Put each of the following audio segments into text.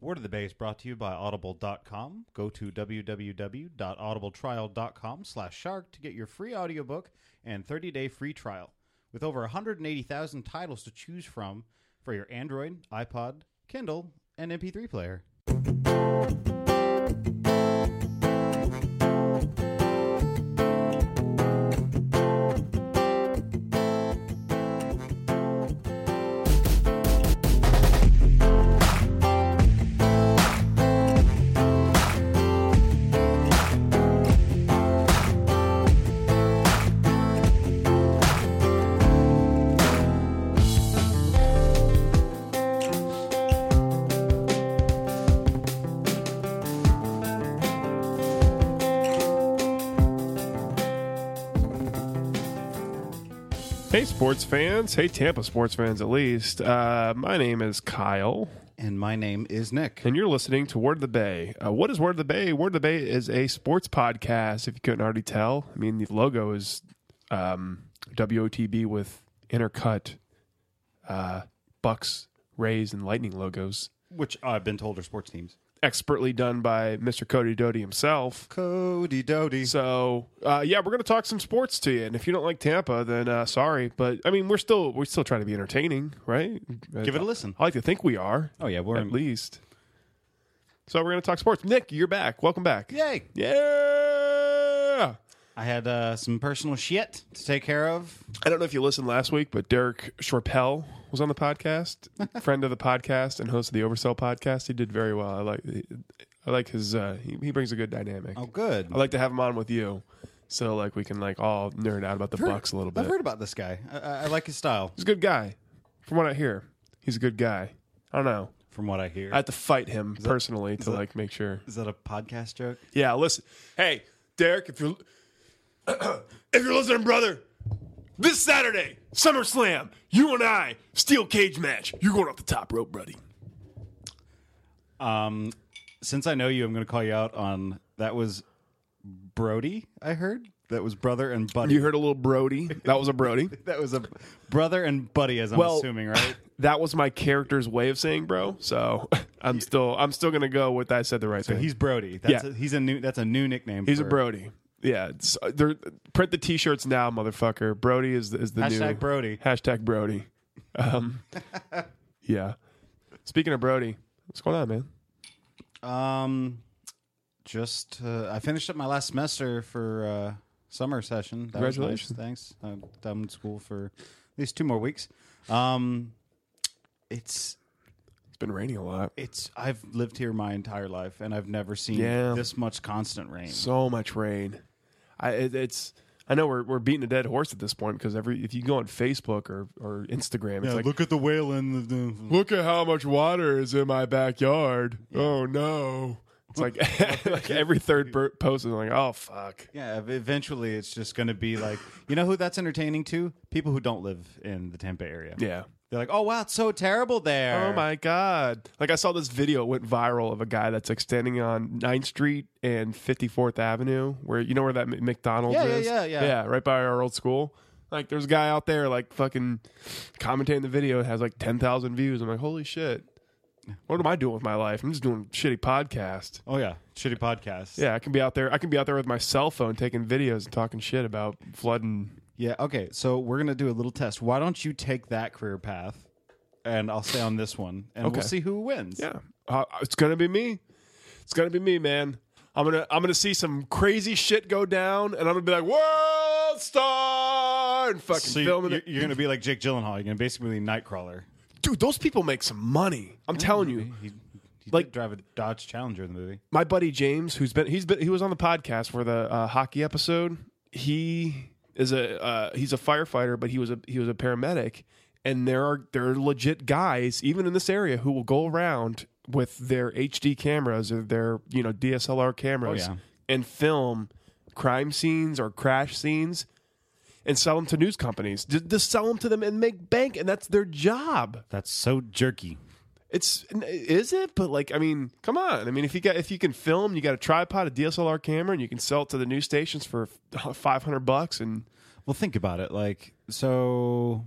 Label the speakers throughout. Speaker 1: Word of the Bay is brought to you by Audible.com. Go to www.audibletrial.com slash shark to get your free audiobook and 30-day free trial. With over 180,000 titles to choose from for your Android, iPod, Kindle, and MP3 player.
Speaker 2: Hey, sports fans. Hey, Tampa sports fans, at least. Uh, my name is Kyle,
Speaker 1: And my name is Nick.
Speaker 2: and you're listening to Word of the Bay. Uh, what is Word of the Bay? Word of the Bay is a sports podcast, if you couldn't already tell. I mean, the logo is um, WOTB with intercut uh, Bucks, Rays, and Lightning logos.
Speaker 1: Which I've been told are sports teams.
Speaker 2: Expertly done by Mr. Cody Doty himself.
Speaker 1: Cody Doty.
Speaker 2: So uh, yeah, we're going to talk some sports to you, and if you don't like Tampa, then uh, sorry, but I mean we're still we're still trying to be entertaining, right? Uh,
Speaker 1: Give it a listen.
Speaker 2: I like to think we are,
Speaker 1: Oh, yeah, we're
Speaker 2: at least. So we're going to talk sports. Nick, you're back. Welcome back.
Speaker 1: Yay!
Speaker 2: Yeah.
Speaker 1: I had uh, some personal shit to take care of.
Speaker 2: I don't know if you listened last week, but Derek Shorpel was on the podcast, friend of the podcast and host of the Oversell podcast. He did very well. I like I like his uh, he, he brings a good dynamic.
Speaker 1: Oh, good.
Speaker 2: I like to have him on with you, so like we can like all nerd out about the Bucks a little bit.
Speaker 1: I've heard about this guy. I, I I like his style,
Speaker 2: he's a good guy, from what I hear. He's a good guy. I don't know.
Speaker 1: from what I hear.
Speaker 2: I have to fight him personally to like make sure.
Speaker 1: Is that a podcast joke?
Speaker 2: Yeah, listen. Hey, Derek, if you're if you're listening, brother, this Saturday, SummerSlam, you and I, steel cage match. You're going off the top rope, buddy.
Speaker 1: Um, since I know you, I'm going to call you out on that. Was Brody? I heard that was brother and buddy.
Speaker 2: You heard a little Brody. That was a Brody.
Speaker 1: that was a brother and buddy, as I'm
Speaker 2: Well-
Speaker 1: assuming, right?
Speaker 2: That was my character's way of saying bro. So I'm still I'm still gonna go with I said the right thing.
Speaker 1: He's Brody. That's
Speaker 2: Yeah.
Speaker 1: a, he's a new. That's a new nickname.
Speaker 2: He's
Speaker 1: for,
Speaker 2: a Brody. Yeah, it's, uh, they're, print the T-shirts now, motherfucker. Brody is the, is the new
Speaker 1: Hashtag Brody.
Speaker 2: Hashtag Brody. Um, yeah. Speaking of Brody, what's going on, man?
Speaker 1: Um, just uh, I finished up my last semester for uh, summer session. That was nice.
Speaker 2: Congratulations.
Speaker 1: Thanks. I'm, I'm in school for at least two more weeks. Um, it's
Speaker 2: It's been raining a lot.
Speaker 1: it's I've lived here my entire life, and I've never seen
Speaker 2: Yeah.
Speaker 1: this much constant rain.
Speaker 2: So much rain. I it, it's I know we're we're beating a dead horse at this point because every if you go on Facebook or or Instagram, it's like look,
Speaker 1: at the whale in the.
Speaker 2: at how much water is in my backyard. Oh no. It's like, like every third per- post is like, oh fuck.
Speaker 1: Yeah, ev- eventually it's just going to be like you know who that's entertaining to people who don't live in the Tampa area.
Speaker 2: Yeah.
Speaker 1: They're like, oh wow, it's so terrible there.
Speaker 2: Oh my god! Like I saw this video it went viral of a guy that's like standing on 9th Street and Fifty Fourth Avenue, where you know where that M- McDonald's
Speaker 1: Yeah, yeah,
Speaker 2: is.
Speaker 1: yeah, yeah.
Speaker 2: yeah, right by our old school. Like there's a guy out there like fucking commentating the video. It has like ten thousand views. I'm like, holy shit! What am I doing with my life? I'm just doing shitty podcast.
Speaker 1: Oh yeah, shitty podcast.
Speaker 2: Yeah, I can be out there. I can be out there with my cell phone taking videos and talking shit about flooding.
Speaker 1: Yeah, okay. So we're going to do a little test. Why don't you take that career path and I'll stay on this one and
Speaker 2: Okay.
Speaker 1: we'll see who wins.
Speaker 2: Yeah, uh, it's gonna be me. It's gonna be me, man. I'm gonna I'm gonna see some crazy shit go down, and I'm gonna be like world star and fucking
Speaker 1: So you,
Speaker 2: filming
Speaker 1: you're,
Speaker 2: it.
Speaker 1: you're going to be like Jake Gyllenhaal. You're going to basically be Nightcrawler.
Speaker 2: Dude, those people make some money. I'm telling you,
Speaker 1: He, he
Speaker 2: Like-
Speaker 1: did drive a Dodge Challenger in the movie.
Speaker 2: my buddy James, who's been he's been he was on the podcast for the uh, hockey episode. He is a uh, he's a firefighter, but he was a he was a paramedic. And there are there are legit guys, even in this area, who will go around with their HD cameras or their you know DSLR cameras
Speaker 1: yeah.
Speaker 2: and film crime scenes or crash scenes and sell them to news companies. Just, just sell them to them and make bank, and that's their job.
Speaker 1: That's so jerky.
Speaker 2: It's is it, but like I mean, come on. I mean, if you got if you can film, you got a tripod, a DSLR camera, and you can sell it to the news stations for five hundred bucks. And
Speaker 1: Well, think about it. Like, so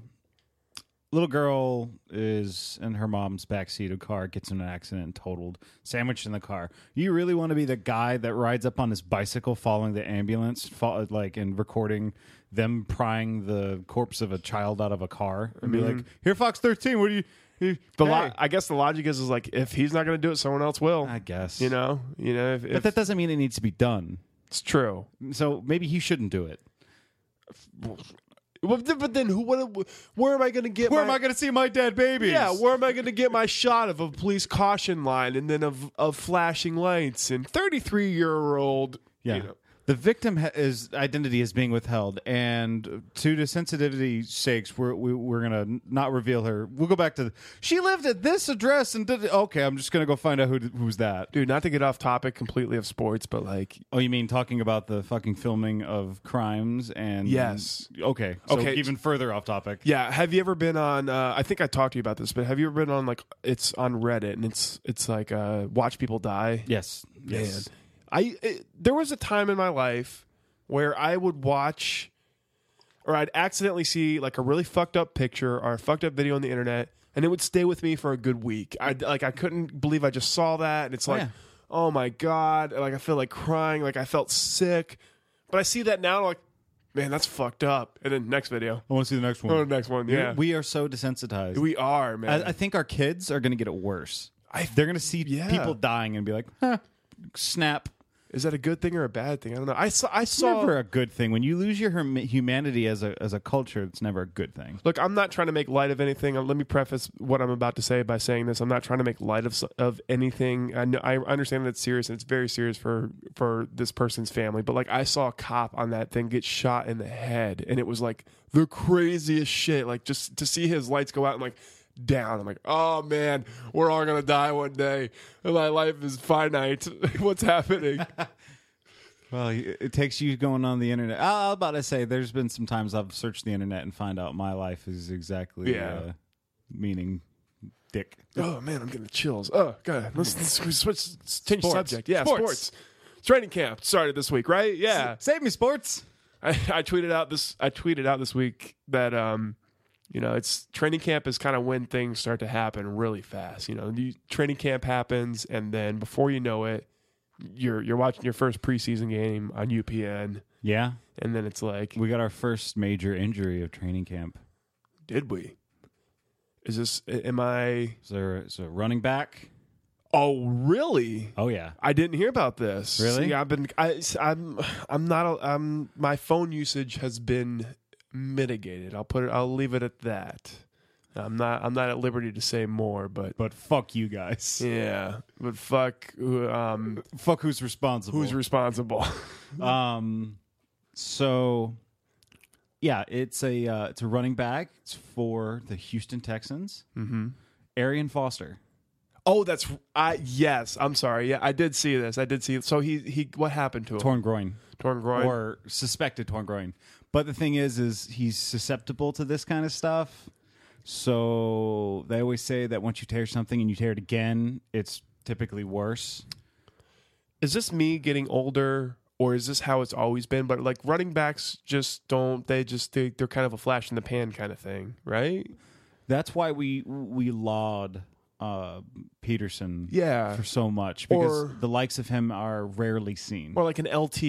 Speaker 1: little girl is in her mom's backseat of a car, gets in an accident and totaled, sandwiched in the car. You really want to be the guy that rides up on his bicycle following the ambulance, fo- like, and recording them prying the corpse of a child out of a car and be like, here, Fox 13, what do you. The
Speaker 2: Mm-hmm. The lo- I guess the logic is is like if he's not going to do it, someone else will.
Speaker 1: I guess.
Speaker 2: You know, you know, if, if
Speaker 1: But that doesn't mean it needs to be done.
Speaker 2: it's true.
Speaker 1: So maybe he shouldn't do it.
Speaker 2: But th- but then who? What? Where am I going to get?
Speaker 1: Where am
Speaker 2: my-
Speaker 1: I going to see my dead babies?
Speaker 2: Yeah, where am I going to get my shot of a police caution line and then of of flashing lights and thirty three year old?
Speaker 1: Yeah.
Speaker 2: You know,
Speaker 1: The victim ha- is identity is being withheld, and due to sensitivity sakes, we're we, we're gonna n- not reveal her. We'll go back to the, she lived at this address and did. Okay, I'm just gonna go find out who d- who's that.
Speaker 2: dude, not to get off topic completely of sports, but like,
Speaker 1: Oh, you mean talking about the fucking filming of crimes and
Speaker 2: Yes.
Speaker 1: Okay, so
Speaker 2: Okay.
Speaker 1: even further off topic.
Speaker 2: yeah, have you ever been on? Uh, I think I talked to you about this, but have you ever been on like it's on Reddit and it's it's like uh, watch people die.
Speaker 1: Yes,
Speaker 2: Man,
Speaker 1: yes.
Speaker 2: I it, there was a time in my life where I would watch or I'd accidentally see like a really fucked up picture or a fucked up video on the internet and it would stay with me for a good week. I like I couldn't believe I just saw that and it's like
Speaker 1: yeah.
Speaker 2: oh my god, and, like I feel like crying, like I felt sick. But I see that now and I'm like man, that's fucked up. And then next video.
Speaker 1: I want to see the next one.
Speaker 2: Oh, the next one. Yeah.
Speaker 1: We are so desensitized.
Speaker 2: We, are, man.
Speaker 1: I, I think our kids are gonna get it worse.
Speaker 2: I-
Speaker 1: They're gonna see
Speaker 2: Yeah.
Speaker 1: people dying and be like, huh, snap.
Speaker 2: Is that a good thing or a bad thing? I don't know. I saw I
Speaker 1: It's
Speaker 2: saw
Speaker 1: never a good thing when you lose your hum- humanity as a as a culture. It's never a good thing.
Speaker 2: Look, I'm not trying to make light of anything. Uh, Let me preface what I'm about to say by saying this: I'm not trying to make light of s- of anything. I, know, I understand that it's serious and it's very serious for for this person's family. But like, I saw a cop on that thing get shot in the head, and it was like the craziest shit. Like just to see his lights go out and like down. I'm like, oh man, we're all gonna die one day. My life is finite. What's happening?
Speaker 1: Well, y- it takes you going on the internet. I- I'm about to say there's been some times I've searched the internet and find out my life is exactly
Speaker 2: Yeah.
Speaker 1: uh, meaning dick.
Speaker 2: Oh man, I'm getting chills. Oh god, let's, let's switch, let's change
Speaker 1: Sports.
Speaker 2: subject. Yeah,
Speaker 1: Sports.
Speaker 2: sports. Training camp started this week, right? Yeah,
Speaker 1: Save me sports.
Speaker 2: I, I tweeted out this. I tweeted out this week that um, you know, it's training camp is kind of when things start to happen really fast. You know, you, training camp happens, and then before you know it, you're you're watching your first preseason game on UPN,
Speaker 1: Yeah,
Speaker 2: and then it's like,
Speaker 1: we got our first major injury of training camp.
Speaker 2: did we? Is this? Am I?
Speaker 1: Is there is there a running back?
Speaker 2: Oh, really?
Speaker 1: Oh yeah,
Speaker 2: I didn't hear about this.
Speaker 1: Really?
Speaker 2: See, I've been. I, I'm. I'm not. A, I'm. My phone usage has been mitigated. I'll put it. I'll leave it at that. I'm not. I'm not at liberty to say more. But
Speaker 1: but fuck you guys.
Speaker 2: yeah. But fuck. who, Um.
Speaker 1: Fuck who's responsible.
Speaker 2: Who's responsible?
Speaker 1: Um, so yeah, it's a uh, it's a running back. It's for the Houston Texans.
Speaker 2: mm-hmm.
Speaker 1: Arian Foster.
Speaker 2: Oh, that's. I yes. I'm sorry. Yeah, I did see this. I did see. So he. He. What happened to him?
Speaker 1: torn groin
Speaker 2: Torn groin.
Speaker 1: or suspected torn groin. But the thing is, is he's susceptible to this kind of stuff. So they always say that once you tear something and you tear it again, it's typically worse.
Speaker 2: is this me getting older or is this how it's always been but like running backs just don't they just they, they're kind of a flash in the pan kind of thing right
Speaker 1: That's why we we laud uh, Peterson
Speaker 2: yeah
Speaker 1: for so much because
Speaker 2: Or-
Speaker 1: the likes of him are rarely seen.
Speaker 2: or like an lt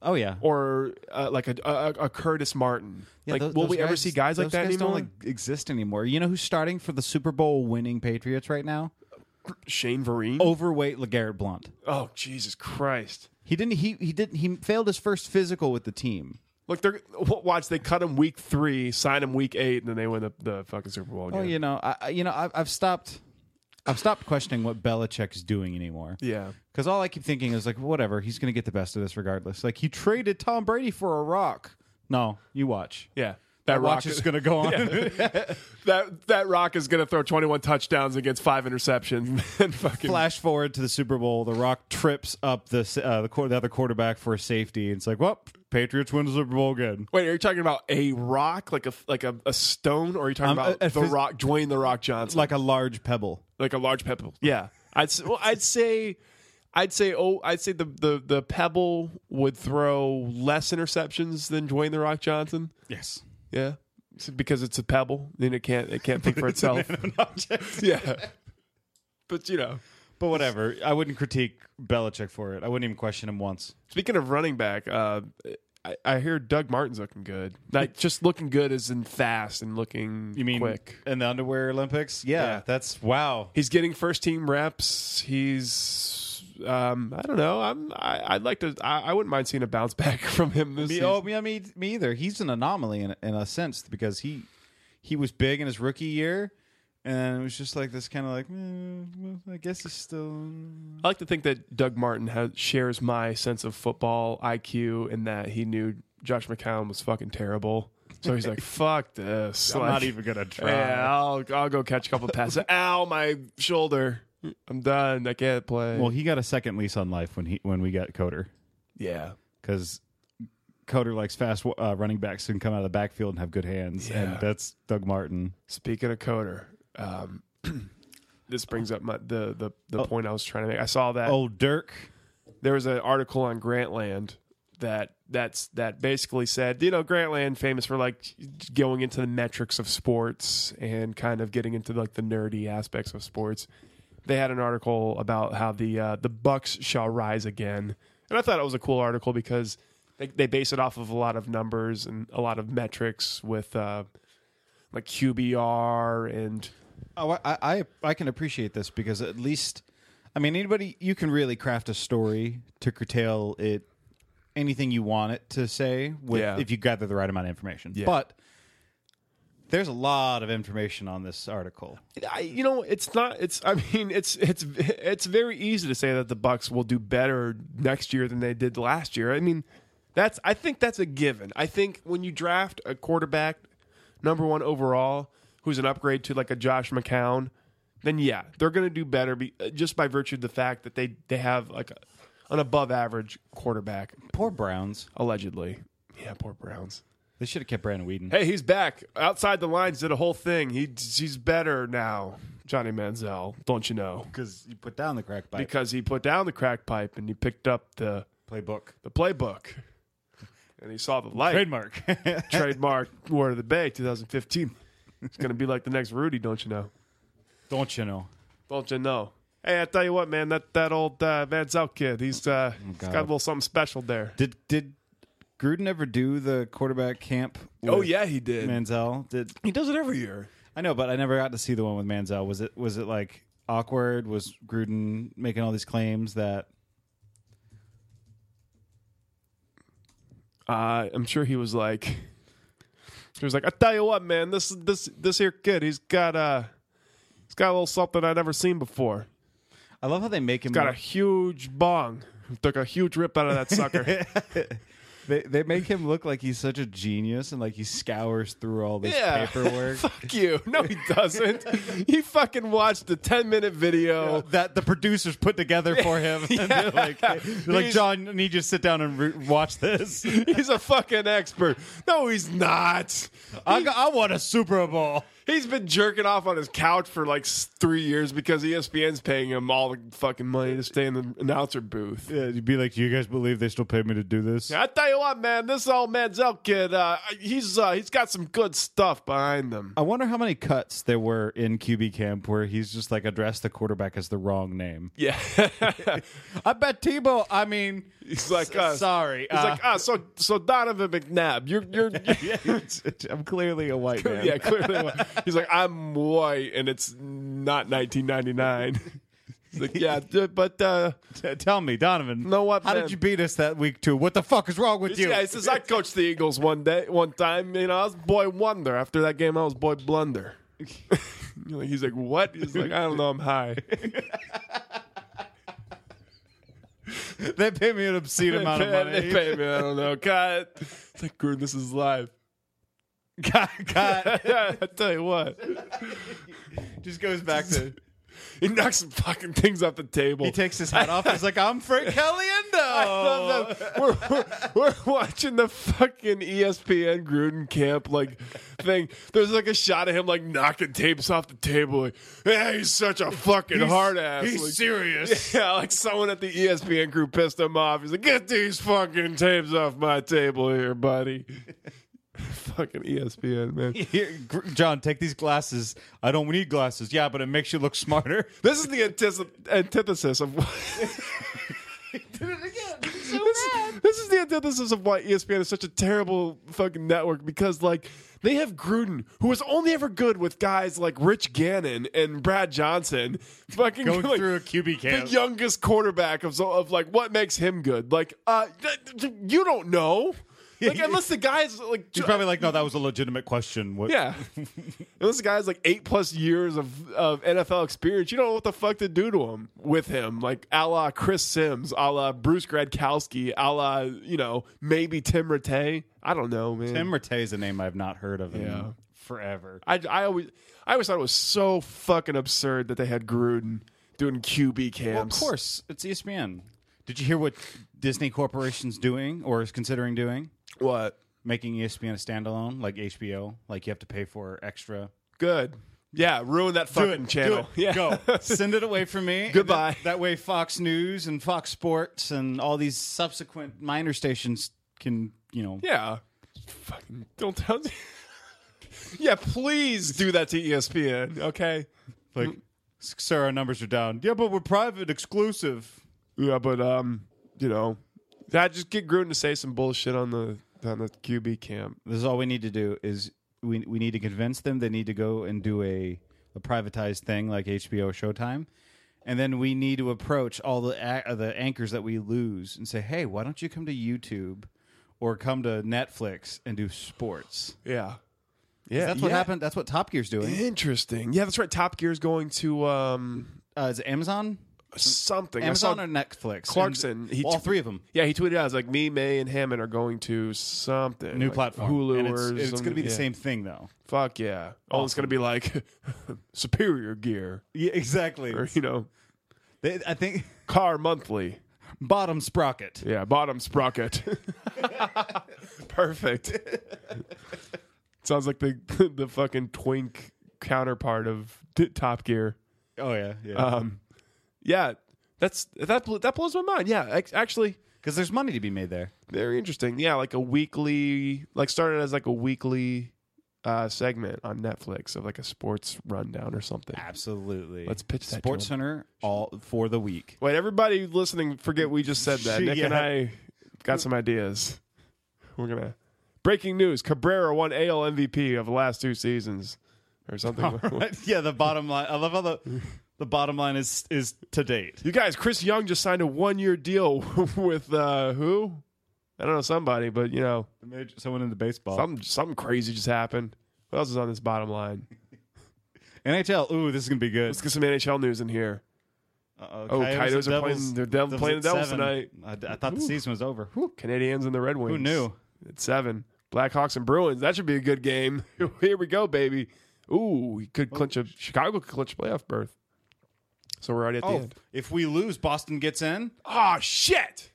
Speaker 1: oh yeah,
Speaker 2: or uh, like a, a a curtis martin
Speaker 1: Yeah,
Speaker 2: like
Speaker 1: tho-
Speaker 2: will
Speaker 1: those
Speaker 2: we ever
Speaker 1: guys-
Speaker 2: see guys like
Speaker 1: those
Speaker 2: that anymore
Speaker 1: Don't like, exist anymore. You know who's starting for the Super Bowl winning Patriots right now?
Speaker 2: shane vereen oh.
Speaker 1: Overweight Legarrette Blunt.
Speaker 2: jesus christ
Speaker 1: He didn't. He he didn't. He failed his first physical with the team.
Speaker 2: Look, they're w- watch. They cut him week three, sign him week eight, and then they win the, the fucking Super Bowl.
Speaker 1: Oh,
Speaker 2: Again.
Speaker 1: you know, I, I- you know, I've, I've stopped. I've stopped questioning what Belichick's doing anymore.
Speaker 2: yeah,
Speaker 1: Because all I keep thinking is like, whatever, he's going to get the best of this regardless. Like he traded Tom Brady for a rock. No, you watch.
Speaker 2: yeah.
Speaker 1: That watch is going to go on.
Speaker 2: that that rock is going to throw 21 touchdowns against five interceptions and fucking
Speaker 1: Flash forward to the Super Bowl. The Rock trips up the uh, the, quar- the other quarterback for a safety. It's like, well, Patriots win the Super Bowl again.
Speaker 2: Wait, are you talking about a rock, like a like a, a stone, or are you talking
Speaker 1: Um,
Speaker 2: about
Speaker 1: a- a
Speaker 2: the
Speaker 1: phys-
Speaker 2: rock, Dwayne the Rock Johnson, like,
Speaker 1: Like a large pebble.
Speaker 2: like a large pebble? Yeah, I'd s- well, I'd say, I'd say, oh, I'd say the, the the pebble would throw less interceptions than Dwayne the Rock Johnson.
Speaker 1: Yes.
Speaker 2: Yeah, because it's a pebble, then it can't it can't think for itself. yeah, but you know,
Speaker 1: But whatever. I wouldn't critique Belichick for it. I wouldn't even question him once.
Speaker 2: speaking of running back, uh, I, I hear Doug Martin's looking good. Like just looking good is in fast and looking
Speaker 1: You mean
Speaker 2: quick.
Speaker 1: in the underwear Olympics? Yeah,
Speaker 2: Yeah.
Speaker 1: that's wow.
Speaker 2: He's getting first team reps. He's um, I don't know. I'm I, I'd like to. I, I wouldn't mind seeing a bounce back from him this
Speaker 1: Me,
Speaker 2: season.
Speaker 1: oh, yeah, me, me either. He's an anomaly in, in a sense because he he was big in his rookie year, and it was just like this kind of like, eh, well, I guess he's still.
Speaker 2: I like to think that Doug Martin has, shares my sense of football IQ in that he knew Josh McCown was fucking terrible. So he's like, fuck this.
Speaker 1: I'm
Speaker 2: Like,
Speaker 1: not even gonna try.
Speaker 2: Yeah, I'll, I'll go catch a couple passes. Ow, my shoulder. I'm done. I can't play.
Speaker 1: Well, he got a second lease on life when he when we got Coder
Speaker 2: yeah.
Speaker 1: because Coder likes fast uh, running backs who can come out of the backfield and have good hands,
Speaker 2: Yeah.
Speaker 1: and that's Doug Martin.
Speaker 2: Speaking of Coder, um, this brings up my, the, the, the point I was trying to make. I saw that.
Speaker 1: Oh, Dirk.
Speaker 2: there was an article on Grantland that that's that basically said, you know, Grantland famous for like going into the metrics of sports and kind of getting into like the nerdy aspects of sports. They had an article about how the uh, the Bucks shall rise again, and I thought it was a cool article because they, they base it off of a lot of numbers and a lot of metrics with uh, like QBR and
Speaker 1: Oh, I, I I can appreciate this because at least, I mean, anybody you can really craft a story to curtail it anything you want it to say with
Speaker 2: Yeah.
Speaker 1: if you gather the right amount of information.
Speaker 2: Yeah.
Speaker 1: But there's a lot of information on this article.
Speaker 2: I, you know, it's not. It's. I mean, it's. It's. It's very easy to say that the Bucks will do better next year than they did last year. I mean, that's. I think that's a given. I think when you draft a quarterback, number one overall, who's an upgrade to like a Josh McCown, then yeah, they're going to do better be, just by virtue of the fact that they they have like a, an above average quarterback
Speaker 1: Poor Browns.
Speaker 2: allegedly. Yeah, poor Browns.
Speaker 1: They should have kept Brandon Whedon.
Speaker 2: Hey, he's back outside the lines. Did a whole thing. He he's better now, Johnny Manziel. Don't you know?
Speaker 1: because you put down the crack pipe
Speaker 2: Because he put down the crack pipe and he picked up the
Speaker 1: playbook
Speaker 2: the playbook, and he saw the light.
Speaker 1: trademark.
Speaker 2: Trademark word of the bay, 2015. It's gonna be like the next Rudy. Don't you know?
Speaker 1: Don't you know?
Speaker 2: Don't you know? Hey, I tell you what, man. That that old uh, Manziel kid. He's uh, he's got a
Speaker 1: God.
Speaker 2: little something special there.
Speaker 1: Did did Gruden ever do the quarterback camp?
Speaker 2: Oh
Speaker 1: with
Speaker 2: yeah, he did.
Speaker 1: Manziel did.
Speaker 2: He does it every year.
Speaker 1: I know, but I never got to see the one with Manziel. Was it was it like awkward? Was Gruden making all these claims that
Speaker 2: uh, I'm sure he was like, he was like, I tell you what, man, this this this here kid, he's got uh, he's got a little something I never seen before.
Speaker 1: I love how they make him
Speaker 2: Got a huge bong, took a huge rip out of that sucker.
Speaker 1: they they make him look like he's such a genius and like he scours through all this
Speaker 2: Yeah.
Speaker 1: paperwork.
Speaker 2: Fuck you! No, he doesn't. he fucking watched the 10 minute video.
Speaker 1: That the producers put together for him, and they're like, they're like
Speaker 2: He's-
Speaker 1: John, I need you to sit down and re- watch this.
Speaker 2: He's a fucking expert. No, he's not.
Speaker 1: I, got- I want a Super Bowl.
Speaker 2: He's been jerking off on his couch for like s- three years because E ESPN's paying him all the fucking money to stay in the announcer booth.
Speaker 1: Yeah, you'd be like, do you guys believe they still pay me to do this?
Speaker 2: I tell you what, man, this old Manziel kid, uh, he's uh, he's got some good stuff behind him.
Speaker 1: I wonder how many cuts there were in QB camp where he's just like addressed the quarterback as the wrong name.
Speaker 2: Yeah,
Speaker 1: I bet Tebow. I mean,
Speaker 2: he's like us.
Speaker 1: sorry. uh,
Speaker 2: He's like ah, so so Donovan McNabb, you're you're, you're
Speaker 1: I'm clearly a white man.
Speaker 2: yeah clearly. white. He's like I'm white, and it's not 1999. He's like yeah, d- but uh,
Speaker 1: T- Tell me, Donovan.
Speaker 2: Know what,
Speaker 1: How
Speaker 2: man?
Speaker 1: did you beat us that week too? What the fuck is wrong with you?
Speaker 2: yeah, he says I coached the Eagles one day, one time. You know, I was boy wonder. After that game, I was boy blunder. he's like what? He's like I don't know. I'm high.
Speaker 1: they pay me an obscene amount of money.
Speaker 2: They pay me. I don't know. Cut. It's like Gordon, this is live.
Speaker 1: God, God.
Speaker 2: yeah, I tell you what.
Speaker 1: just goes back to.
Speaker 2: He knocks some fucking things off the table.
Speaker 1: He takes his hat off. He's like, I'm Frank Caliendo.
Speaker 2: we're, we're, we're watching the fucking E ESPN Gruden camp like thing. There's like a shot of him like knocking tapes off the table. Like, yeah, he's such a fucking hard ass.
Speaker 1: He's
Speaker 2: Like,
Speaker 1: serious.
Speaker 2: yeah, like someone at the E ESPN crew pissed him off. He's like, "Get these fucking tapes off my table here, buddy." Fucking E ESPN, man.
Speaker 1: Here, Gr- John, take these glasses. I don't need glasses. Yeah, but it makes you look smarter.
Speaker 2: This is the antith- antithesis of. this, this is the antithesis of why E ESPN is such a terrible fucking network because, like, they have Gruden, who was only ever good with guys like Rich Gannon and Brad Johnson, fucking
Speaker 1: Going
Speaker 2: like,
Speaker 1: through a QB
Speaker 2: the
Speaker 1: camp.
Speaker 2: youngest quarterback of, of like what makes him good. Like, uh, th- you don't know. Like, unless the guy's like,
Speaker 1: He's probably like, no, that was a legitimate question. What?
Speaker 2: yeah. Unless the guy's like eight plus years of, of NFL experience, you don't know what the fuck to do to him with him. Like a la Chris Sims, a la Bruce Gradkowski, a la, you know, maybe Tim Rattay. I don't know, man.
Speaker 1: Tim Rattay is a name I've not heard of in
Speaker 2: Yeah.
Speaker 1: forever.
Speaker 2: I, I always I always thought it was so fucking absurd that they had Gruden doing QB cams.
Speaker 1: Well, of course, it's E ESPN. Did you hear what Disney Corporation's doing or is considering doing?
Speaker 2: What?
Speaker 1: Making E ESPN a standalone, like HBO, like you have to pay for extra.
Speaker 2: Good. Yeah, ruin that fucking channel.
Speaker 1: Do it.
Speaker 2: Yeah.
Speaker 1: Go. Send it away from me.
Speaker 2: Goodbye.
Speaker 1: And That, that way, Fox News and Fox Sports and all these subsequent minor stations can, you know,
Speaker 2: Yeah. Fucking don't tell me. yeah, please do that to E ESPN, okay?
Speaker 1: like, sir, our numbers are down. Yeah, but we're private, exclusive.
Speaker 2: Yeah, but um, you know, I just get Gruden to say some bullshit on the on the QB camp.
Speaker 1: This is all we need to do is we we need to convince them they need to go and do a a privatized thing like HBO Showtime. And then we need to approach all the a- uh, the anchors that we lose and say, "Hey, why don't you come to YouTube or come to Netflix and do sports?"
Speaker 2: Yeah, yeah,
Speaker 1: That's what
Speaker 2: yeah.
Speaker 1: happened. That's what Top Gear's doing.
Speaker 2: Interesting. Yeah, that's right. Top Gear's going to um
Speaker 1: Uh, is it Amazon,
Speaker 2: something. I
Speaker 1: Amazon
Speaker 2: saw-
Speaker 1: or Netflix?
Speaker 2: Clarkson,
Speaker 1: And
Speaker 2: he
Speaker 1: all
Speaker 2: t-
Speaker 1: three of them.
Speaker 2: yeah, he tweeted out. It's like me, May, and Hammond are going to something
Speaker 1: New
Speaker 2: like
Speaker 1: platform.
Speaker 2: Hulu
Speaker 1: And it's,
Speaker 2: or
Speaker 1: it's going to
Speaker 2: something.
Speaker 1: be the
Speaker 2: Yeah.
Speaker 1: same thing though.
Speaker 2: Fuck yeah! Oh, it's going to be like Superior Gear
Speaker 1: Yeah, exactly.
Speaker 2: or you know
Speaker 1: They, I think
Speaker 2: Car Monthly.
Speaker 1: bottom sprocket.
Speaker 2: Yeah, bottom sprocket. Perfect. Sounds like the the fucking twink counterpart of t- Top Gear.
Speaker 1: Oh yeah, yeah.
Speaker 2: Um, yeah, that's that blew, that blows my mind. Yeah, ac- actually,
Speaker 1: Because there's money to be made there.
Speaker 2: very interesting. Yeah, like a weekly, like started as like a weekly uh, segment on Netflix of like a sports rundown or something.
Speaker 1: Absolutely.
Speaker 2: Let's pitch that to
Speaker 1: Sports Center all for the week.
Speaker 2: Wait, everybody listening, forget we just said that. Nick and
Speaker 1: Yeah.
Speaker 2: I got some ideas. We're gonna breaking news: Cabrera won AL MVP of the last two seasons, or something.
Speaker 1: yeah, the bottom line. I love how the the bottom line is is to date.
Speaker 2: you guys, Chris Young just signed a one-year deal with uh, who? I don't know somebody, but you know,
Speaker 1: Someone into baseball.
Speaker 2: something something crazy just happened. What else is on this bottom line?
Speaker 1: NHL. Ooh, this is gonna be good.
Speaker 2: Let's get some NHL news in here.
Speaker 1: Uh-oh,
Speaker 2: Oh, Coyotes are playing. They're devil, playing the Devils tonight.
Speaker 1: tonight. I, I thought the season was over. Whew,
Speaker 2: Canadians and the Red Wings.
Speaker 1: who knew?
Speaker 2: at seven. Blackhawks and Bruins. That should be a good game. Here we go, baby. Ooh, we
Speaker 1: Oh.
Speaker 2: could clinch a Chicago could clinch a playoff berth. So we're already at the
Speaker 1: Oh, ah,
Speaker 2: end.
Speaker 1: if we lose, Boston gets in.
Speaker 2: Oh shit!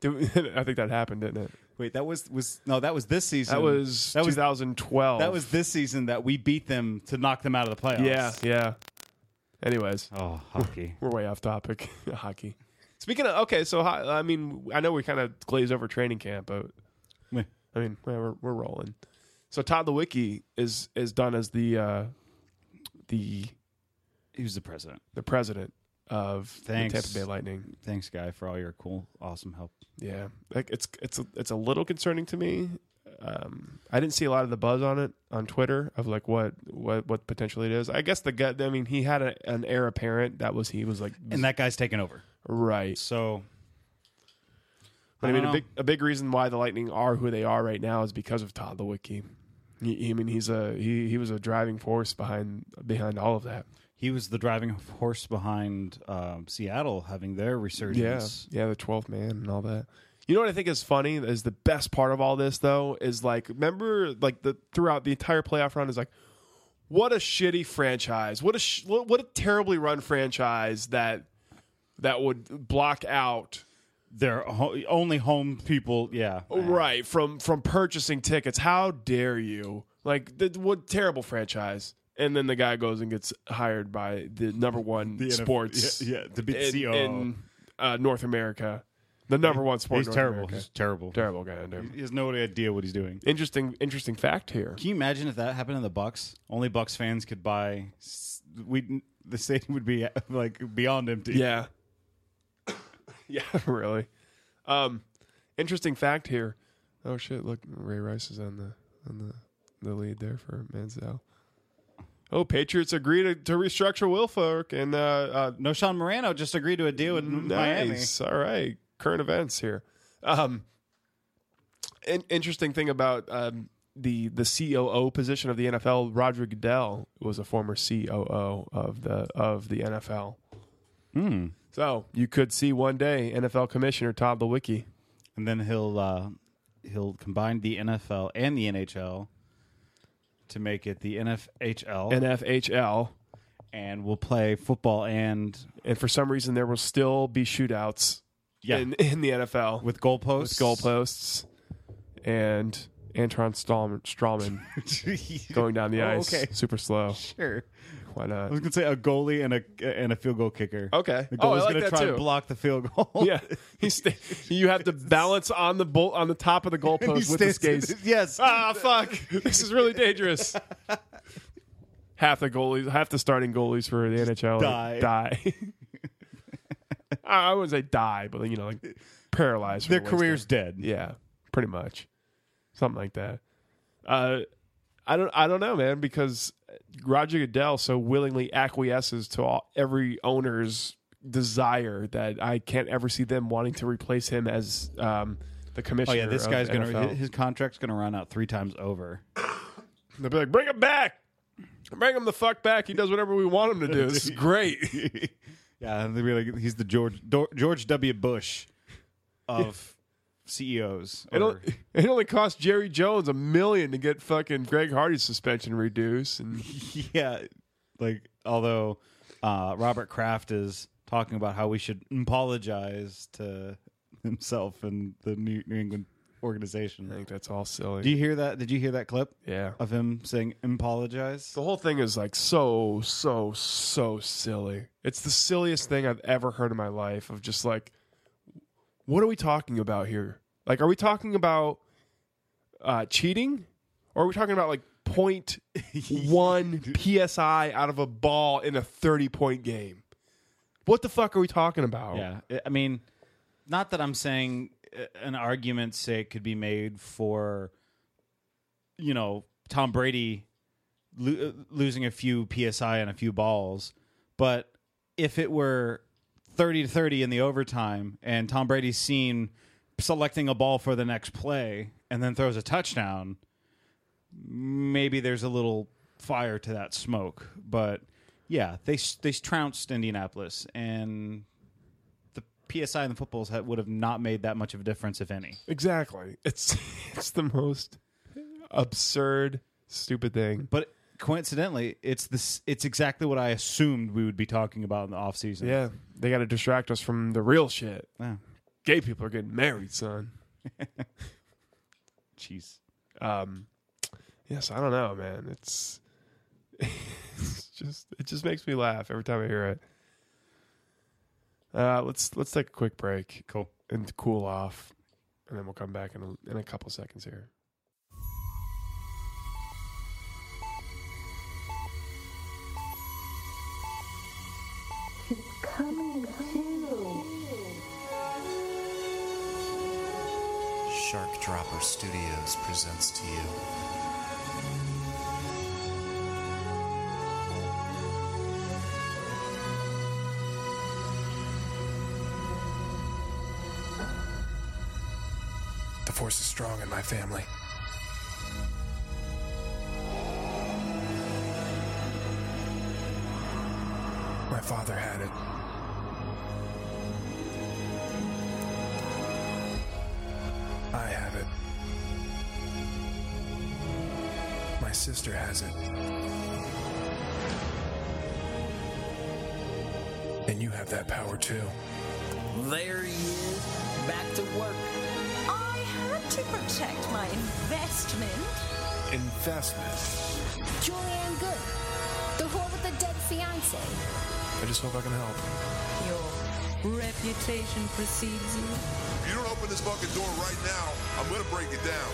Speaker 2: Did- I think that happened, didn't it?
Speaker 1: Wait, that was was no, that was this season.
Speaker 2: That was
Speaker 1: that was
Speaker 2: 2012.
Speaker 1: that was this season that we beat them to knock them out of the playoffs.
Speaker 2: yeah, yeah. Anyways,
Speaker 1: Oh, hockey.
Speaker 2: we're way off topic. Hockey. Speaking of okay, so hi- I mean, I know we kind of glazed over training camp, but
Speaker 1: Meh.
Speaker 2: I mean, we're we're rolling. So Todd Lewicki is is done as the uh the
Speaker 1: he was the president.
Speaker 2: the president of the
Speaker 1: Thanks.
Speaker 2: Tampa Bay Lightning.
Speaker 1: Thanks, guy, for all your cool, awesome help.
Speaker 2: Yeah, like it's it's a, it's a little concerning to me. Um, I didn't see a lot of the buzz on it on Twitter of like what what what potentially it is. I guess the gut. I mean, he had a, an heir apparent that was he was like
Speaker 1: and that guy's taking over.
Speaker 2: right.
Speaker 1: So,
Speaker 2: But I,
Speaker 1: I
Speaker 2: mean,
Speaker 1: don't
Speaker 2: a big a big reason why the Lightning are who they are right now is because of Todd Lewicki. He, I mean, he's a he he was a driving force behind behind all of that.
Speaker 1: he was the driving force behind um, Seattle having their resurgence.
Speaker 2: Yeah, yeah, the twelfth man and all that. You know what I think is funny is the best part of all this though is like remember like the throughout the entire playoff run is like what a shitty franchise, what a sh- what what a terribly run franchise that that would block out
Speaker 1: Their ho- only home people. Yeah,
Speaker 2: Oh, right from from purchasing tickets. How dare you? Like th- what terrible franchise. And then the guy goes and gets hired by the number one
Speaker 1: The NF
Speaker 2: sports
Speaker 1: Yeah, yeah, to be E the
Speaker 2: in,
Speaker 1: CEO.
Speaker 2: in, uh, North America. The number one sport. in
Speaker 1: He's
Speaker 2: North
Speaker 1: terrible.
Speaker 2: America.
Speaker 1: He's terrible.
Speaker 2: Terrible guy. dude.
Speaker 1: He has no idea what he's doing.
Speaker 2: Interesting. Interesting fact here.
Speaker 1: Can you imagine if that happened in the Bucks? Only Bucks fans could buy. We the stadium would be like beyond empty.
Speaker 2: Yeah. yeah, really. Um, interesting fact here. Oh shit! Look, Ray Rice is on the on the, the lead there for Manziel. Oh, Patriots agree to, to restructure Will Folk and uh, uh,
Speaker 1: No, Sean Morano just agreed to a deal with Miami.
Speaker 2: nice. All right, current events here. Um, an interesting thing about um, the the COO position of the NFL. Roger Goodell was a former COO of the of the NFL.
Speaker 1: Hmm.
Speaker 2: So you could see one day NFL Commissioner Todd Lewicki.
Speaker 1: And then he'll uh, he'll combine the NFL and the NHL to make it the NFHL, and,
Speaker 2: NFHL.
Speaker 1: we'll play football and
Speaker 2: And for some reason, there will still be shootouts
Speaker 1: yeah,
Speaker 2: in, in the NFL with,
Speaker 1: with goalposts.
Speaker 2: goalposts and Anton Stallman, Strawman going down the
Speaker 1: Oh,
Speaker 2: ice
Speaker 1: okay.
Speaker 2: super slow.
Speaker 1: sure.
Speaker 2: Why
Speaker 1: I
Speaker 2: not?
Speaker 1: was gonna say a goalie and a and a field goal kicker.
Speaker 2: Okay.
Speaker 1: The
Speaker 2: Oh, I
Speaker 1: goalie's
Speaker 2: like
Speaker 1: gonna
Speaker 2: that
Speaker 1: try
Speaker 2: too.
Speaker 1: and block the field goal.
Speaker 2: yeah, he sta you have to balance on the bull on the top of the
Speaker 1: And he
Speaker 2: goalpost with the
Speaker 1: stands-
Speaker 2: skates.
Speaker 1: Yes.
Speaker 2: ah, fuck! This is really dangerous. half the goalies, half the starting goalies for the NHL
Speaker 1: die.
Speaker 2: die. I I wouldn't say die, but you know, like paralyzed. for
Speaker 1: Their
Speaker 2: the waist
Speaker 1: career's dead.
Speaker 2: down. yeah, pretty much, something like that. Uh, I don't, I don't know, man, because Roger Goodell so willingly acquiesces to all, every owner's desire that I can't ever see them wanting to replace him as um, the
Speaker 1: Oh
Speaker 2: commissioner.
Speaker 1: yeah, this
Speaker 2: of
Speaker 1: guy's gonna
Speaker 2: NFL.
Speaker 1: his contract's gonna run out three times over.
Speaker 2: They'll be like, bring him back. Bring him the fuck back. He does whatever we want him to do. This is great.
Speaker 1: yeah, they'd be like, he's the George Dor- George W. Bush of E CEOs.
Speaker 2: It,
Speaker 1: or-
Speaker 2: only, it only cost Jerry Jones a million to get fucking Greg Hardy's suspension reduced. And
Speaker 1: yeah, like although uh, Robert Kraft is talking about how we should apologize to himself and the New, New England
Speaker 2: I
Speaker 1: organization.
Speaker 2: think that's all
Speaker 1: Do
Speaker 2: silly.
Speaker 1: you hear that? Did you hear that clip
Speaker 2: Yeah.
Speaker 1: of him saying apologize?
Speaker 2: The whole thing is like so, so, so silly. It's the silliest thing I've ever heard in my life of just like, what are we talking about here? Like, are we talking about uh, cheating? Or are we talking about like point one psi out of a ball in a 30 point game? What the fuck are we talking about?
Speaker 1: Yeah, I- I mean, not that I'm saying uh, an argument say could be made for, you know, Tom Brady lo- uh, losing a few psi and a few balls, but if it were thirty to thirty in the overtime and Tom Brady's seen selecting a ball for the next play and then throws a touchdown, maybe there's a little fire to that smoke, but. Yeah, they s- they trounced Indianapolis, and the PSI and the footballs ha- would have not made that much of a difference, if any.
Speaker 2: Exactly. It's, it's the most absurd, stupid thing.
Speaker 1: But coincidentally, it's this. It's exactly what I assumed we would be talking about in the off season.
Speaker 2: Yeah. They got to distract us from the real shit.
Speaker 1: Yeah.
Speaker 2: gay people are getting married, son.
Speaker 1: Jeez.
Speaker 2: Um, yes, I don't know, man. It's, it's just it just makes me laugh every time I hear it. Uh, let's let's take a quick break
Speaker 1: Cool.
Speaker 2: and cool off, and then we'll come back in a, in a couple seconds here.
Speaker 3: coming to.
Speaker 4: Shark Dropper Studios presents to you
Speaker 2: The force is strong in my family. My father had it.
Speaker 5: I have it. My sister has it. And you have that power too.
Speaker 6: There he is, back to work.
Speaker 7: I had to protect my investment.
Speaker 5: Investment.
Speaker 8: Julianne Good, the whore with the dead fiance.
Speaker 5: I just hope I can help.
Speaker 8: Your Reputation precedes you.
Speaker 9: You don't open this fucking door right now, I'm gonna break it down.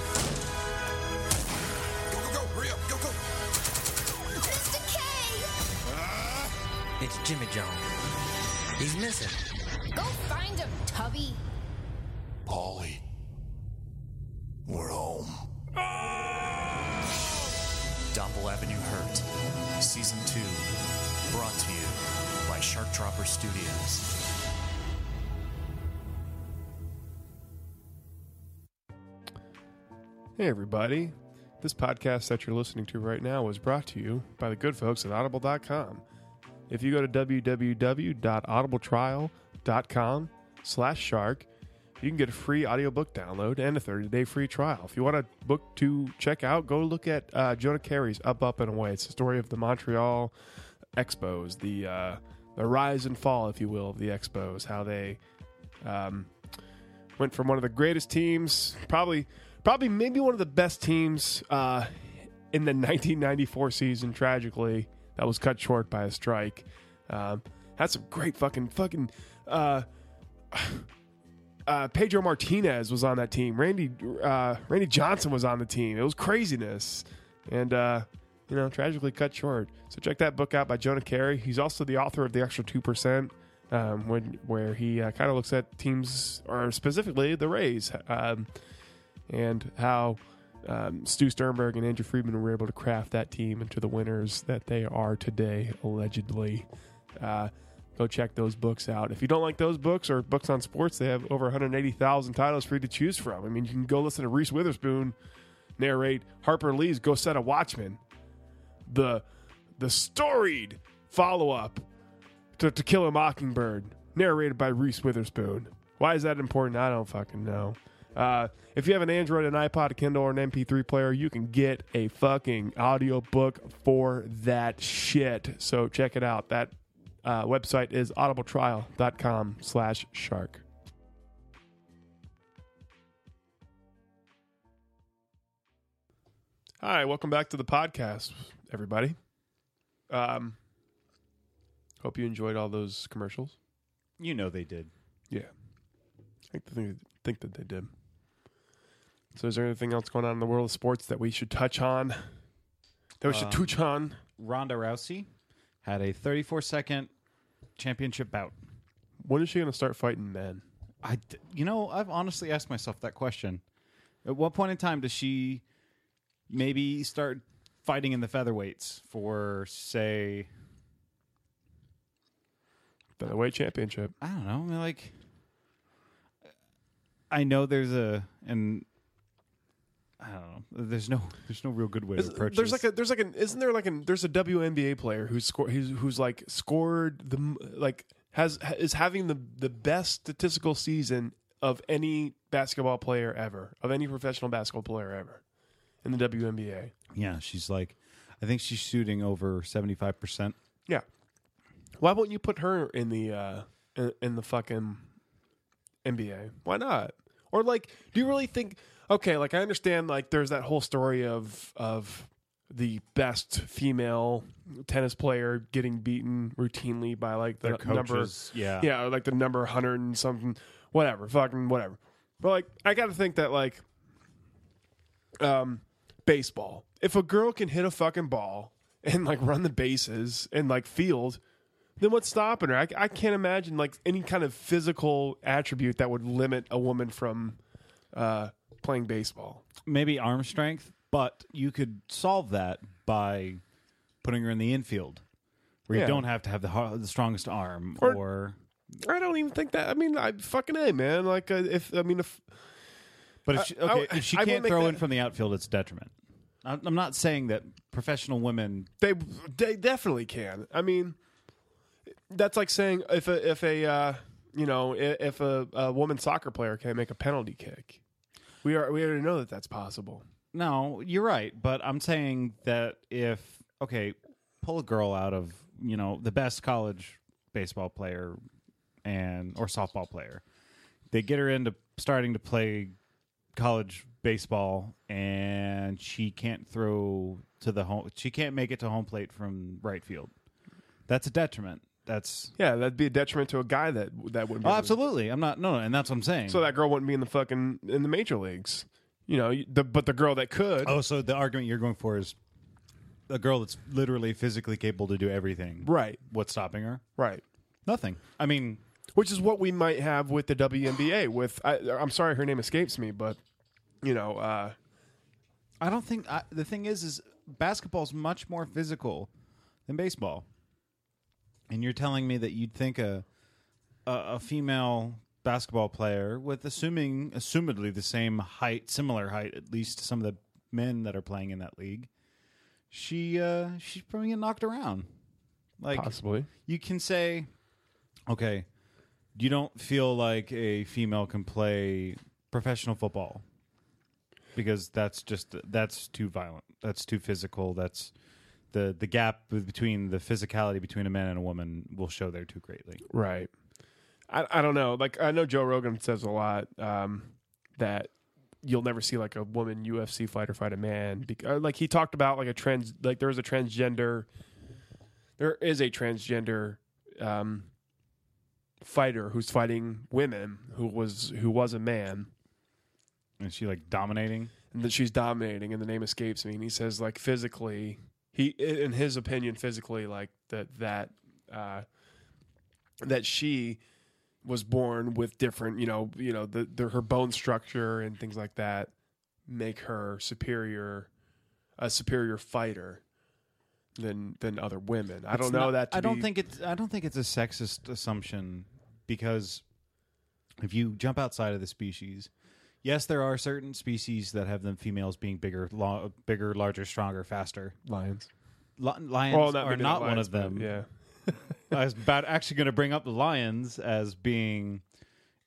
Speaker 9: Go, go, go, hurry up, go, go.
Speaker 3: Mr. K!
Speaker 6: It's Jimmy John. He's missing.
Speaker 3: Go find him, Tubby!
Speaker 9: Polly, we're home.
Speaker 4: Dumble Avenue Hurt, Season 2, brought to you by Shark Dropper Studios.
Speaker 2: Hey, everybody. This podcast that you're listening to right now was brought to you by the good folks at audible.com. If you go to www.audibletrial.com slash shark, you can get a free audiobook download and a 30-day free trial. If you want a book to check out, go look at uh, Jonah Carey's Up, Up, and Away. It's the story of the Montreal Expos, the, uh, the rise and fall, if you will, of the Expos, how they um, went from one of the greatest teams, probably, probably maybe one of the best teams uh, in the 1994 season. Tragically, that was cut short by a strike. Um, had some great fucking fucking. Uh, uh, Pedro Martinez was on that team. Randy uh, Randy Johnson was on the team. It was craziness, and uh, you know, tragically cut short. So check that book out by Jonah Carey. He's also the author of the Extra Two Percent, um, when where he uh, kind of looks at teams, or specifically the Rays, um, and how um, Stu Sternberg and Andrew Friedman were able to craft that team into the winners that they are today, allegedly. Uh, go check those books out. If you don't like those books or books on sports, they have over 180,000 titles for you to choose from. I mean, you can go listen to Reese Witherspoon narrate Harper Lee's Go Set a Watchman, the the storied follow up to To Kill a Mockingbird, narrated by Reese Witherspoon. Why is that important? I don't fucking know. Uh, if you have an Android, an iPod, a Kindle, or an MP3 player, you can get a fucking audiobook for that shit. So check it out. That uh, website is audibletrial.com slash shark. Hi, welcome back to the podcast, everybody. Um, hope you enjoyed all those commercials.
Speaker 1: You know they did.
Speaker 2: Yeah, I think, think, think that they did. So, is there anything else going on in the world of sports that we should touch on? That we should touch on?
Speaker 1: Ronda Rousey had a 34 second championship bout.
Speaker 2: When is she going to start fighting men?
Speaker 1: I, d- you know, I've honestly asked myself that question. At what point in time does she maybe start fighting in the featherweights for, say,
Speaker 2: Featherweight championship.
Speaker 1: I don't know. I mean, like, I know there's a and I don't know. There's no there's no real good way to approach.
Speaker 2: There's
Speaker 1: this.
Speaker 2: like a there's like an isn't there like an there's a WNBA player who's scored who's, who's like scored the m- like has is having the the best statistical season of any basketball player ever of any professional basketball player ever in the WNBA.
Speaker 1: yeah. She's like, I think she's shooting over seventy five percent.
Speaker 2: Yeah. Why won't you put her in the uh in, in the fucking NBA? Why not? Or like do you really think okay, like I understand like there's that whole story of of the best female tennis player getting beaten routinely by like the
Speaker 1: Their
Speaker 2: number
Speaker 1: coaches, yeah.
Speaker 2: yeah, or like the number 100 and something whatever, fucking whatever. But like I got to think that like um baseball. If a girl can hit a fucking ball and like run the bases and like field, then what's stopping her? I, I can't imagine like any kind of physical attribute that would limit a woman from uh, playing baseball.
Speaker 1: maybe arm strength, but you could solve that by putting her in the infield, where
Speaker 2: Yeah.
Speaker 1: you don't have to have the, har- the strongest arm
Speaker 2: Or-
Speaker 1: or,
Speaker 2: I don't even think that. I mean, I fucking a man. Like uh, if I mean if
Speaker 1: But if she,
Speaker 2: uh, I-
Speaker 1: okay,
Speaker 2: I-
Speaker 1: if she
Speaker 2: I will
Speaker 1: can't
Speaker 2: make
Speaker 1: throw
Speaker 2: that-
Speaker 1: in from the outfield, it's a detriment. I'm I'm not saying that professional women.
Speaker 2: They they definitely can. I mean, that's like saying if a if a uh, you know i- if a, a woman soccer player can make a penalty kick, we are we already know that that's possible.
Speaker 1: No, you're right, but I'm saying that if okay, pull a girl out of you know the best college baseball player and or softball player, they get her into starting to play college baseball, and she can't throw to the home. She can't make it to home plate from right field. That's a detriment that's
Speaker 2: Yeah, that'd be a detriment to a guy that that wouldn't. be
Speaker 1: oh,
Speaker 2: able to-
Speaker 1: absolutely. I'm not. No, no, and that's what I'm saying.
Speaker 2: So that girl wouldn't be in the fucking in the major leagues. You know, you- the, but the girl that could,
Speaker 1: oh, so the argument you're going for is a girl that's literally physically capable to do everything.
Speaker 2: right,
Speaker 1: What's stopping her?
Speaker 2: right.
Speaker 1: Nothing. I mean,
Speaker 2: Which is what we might have with the WNBA. With I, I'm sorry, her name escapes me, but you know, uh,
Speaker 1: I don't think I, the thing is is basketball's much more physical than baseball. And you're telling me that you'd think a a, a female basketball player with assuming assumedly the same height, similar height at least to some of the men that are playing in that league, she uh she's probably getting knocked around. Like
Speaker 2: possibly.
Speaker 1: you can say, okay, you don't feel like a female can play professional football because that's just that's too violent, that's too physical, that's the the gap between the physicality between a man and a woman will show there too greatly.
Speaker 2: Right. I, I don't know. Like I know Joe Rogan says a lot um, that you'll never see like a woman UFC fighter fight a man. Because, like he talked about like a trans like there was a transgender. There is a transgender um, fighter who's fighting women who was who was a man
Speaker 1: And she like dominating.
Speaker 2: and that she's dominating and the name escapes me and he says like physically he in his opinion physically like that that uh that she was born with different you know you know the, the her bone structure and things like that make her superior a superior fighter than than other women i don't
Speaker 1: It's
Speaker 2: know
Speaker 1: not-
Speaker 2: that to
Speaker 1: I don't
Speaker 2: be-
Speaker 1: think it's I don't think it's a sexist assumption because if you jump outside of the species, yes, there are certain species that have them females being bigger, lo- bigger, larger, stronger, faster.
Speaker 2: lions
Speaker 1: Li- lions
Speaker 2: well
Speaker 1: are
Speaker 2: maybe
Speaker 1: not one
Speaker 2: lions,
Speaker 1: of
Speaker 2: but
Speaker 1: them.
Speaker 2: yeah
Speaker 1: I was about actually going to bring up lions as being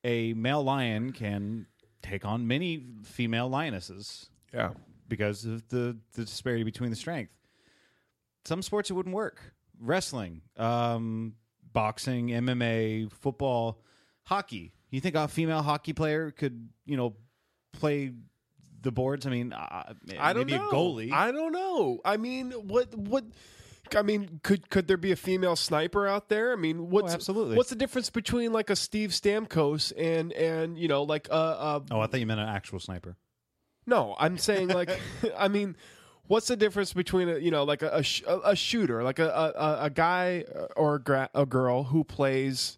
Speaker 1: a male lion can take on many female lionesses
Speaker 2: yeah
Speaker 1: because of the, the disparity between the strength. Some sports it wouldn't work. Wrestling, um, boxing, MMA, football, hockey. You think a female hockey player could, you know, play the boards? I mean, uh,
Speaker 2: I don't
Speaker 1: maybe
Speaker 2: know.
Speaker 1: a goalie.
Speaker 2: I don't know. I mean, what what? I mean, could could there be a female sniper out there? I mean, what's
Speaker 1: Oh, absolutely.
Speaker 2: What's the difference between like a Steve Stamkos and and you know like a, a
Speaker 1: oh, I thought you meant an actual sniper.
Speaker 2: no? I'm saying like, I mean. What's the difference between a you know like a a, sh- a- a shooter like a, a a- a guy or a, gra- a girl who plays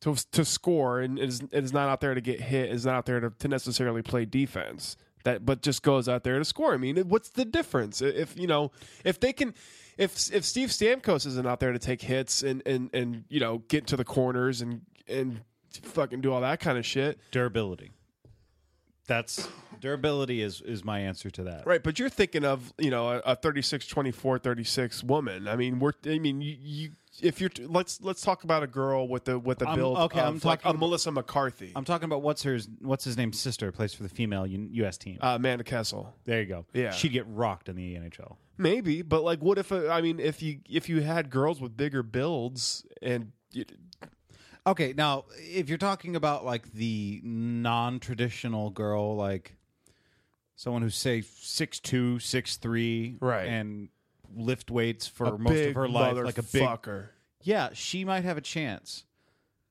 Speaker 2: to to score and is and is not out there to get hit is not out there to, to necessarily play defense that but just goes out there to score. I mean, what's the difference if you know if they can if if Steve Stamkos isn't out there to take hits and and and you know get to the corners and and fucking do all that kind of shit.
Speaker 1: Durability. That's durability is is my answer to that.
Speaker 2: Right, but you're thinking of you know a, a 36, 24, 36 woman. I mean, we're I mean you. you if you're t- let's let's talk about a girl with the with the
Speaker 1: I'm-
Speaker 2: build
Speaker 1: okay,
Speaker 2: of
Speaker 1: I'm
Speaker 2: like
Speaker 1: talking
Speaker 2: a Melissa McCarthy,
Speaker 1: I'm talking about what's her what's his name's sister plays for the female U- U.S. team.
Speaker 2: uh, Amanda Kessel.
Speaker 1: there you go.
Speaker 2: yeah.
Speaker 1: she'd get rocked in the NHL.
Speaker 2: Maybe, but like, what if? uh, I mean, if you if you had girls with bigger builds and you,
Speaker 1: Okay, now if you're talking about like the non-traditional girl, like someone who's say six two, six three,
Speaker 2: Right.
Speaker 1: and lift weights for most of her life, like a big,
Speaker 2: fucker,
Speaker 1: yeah, she might have a chance,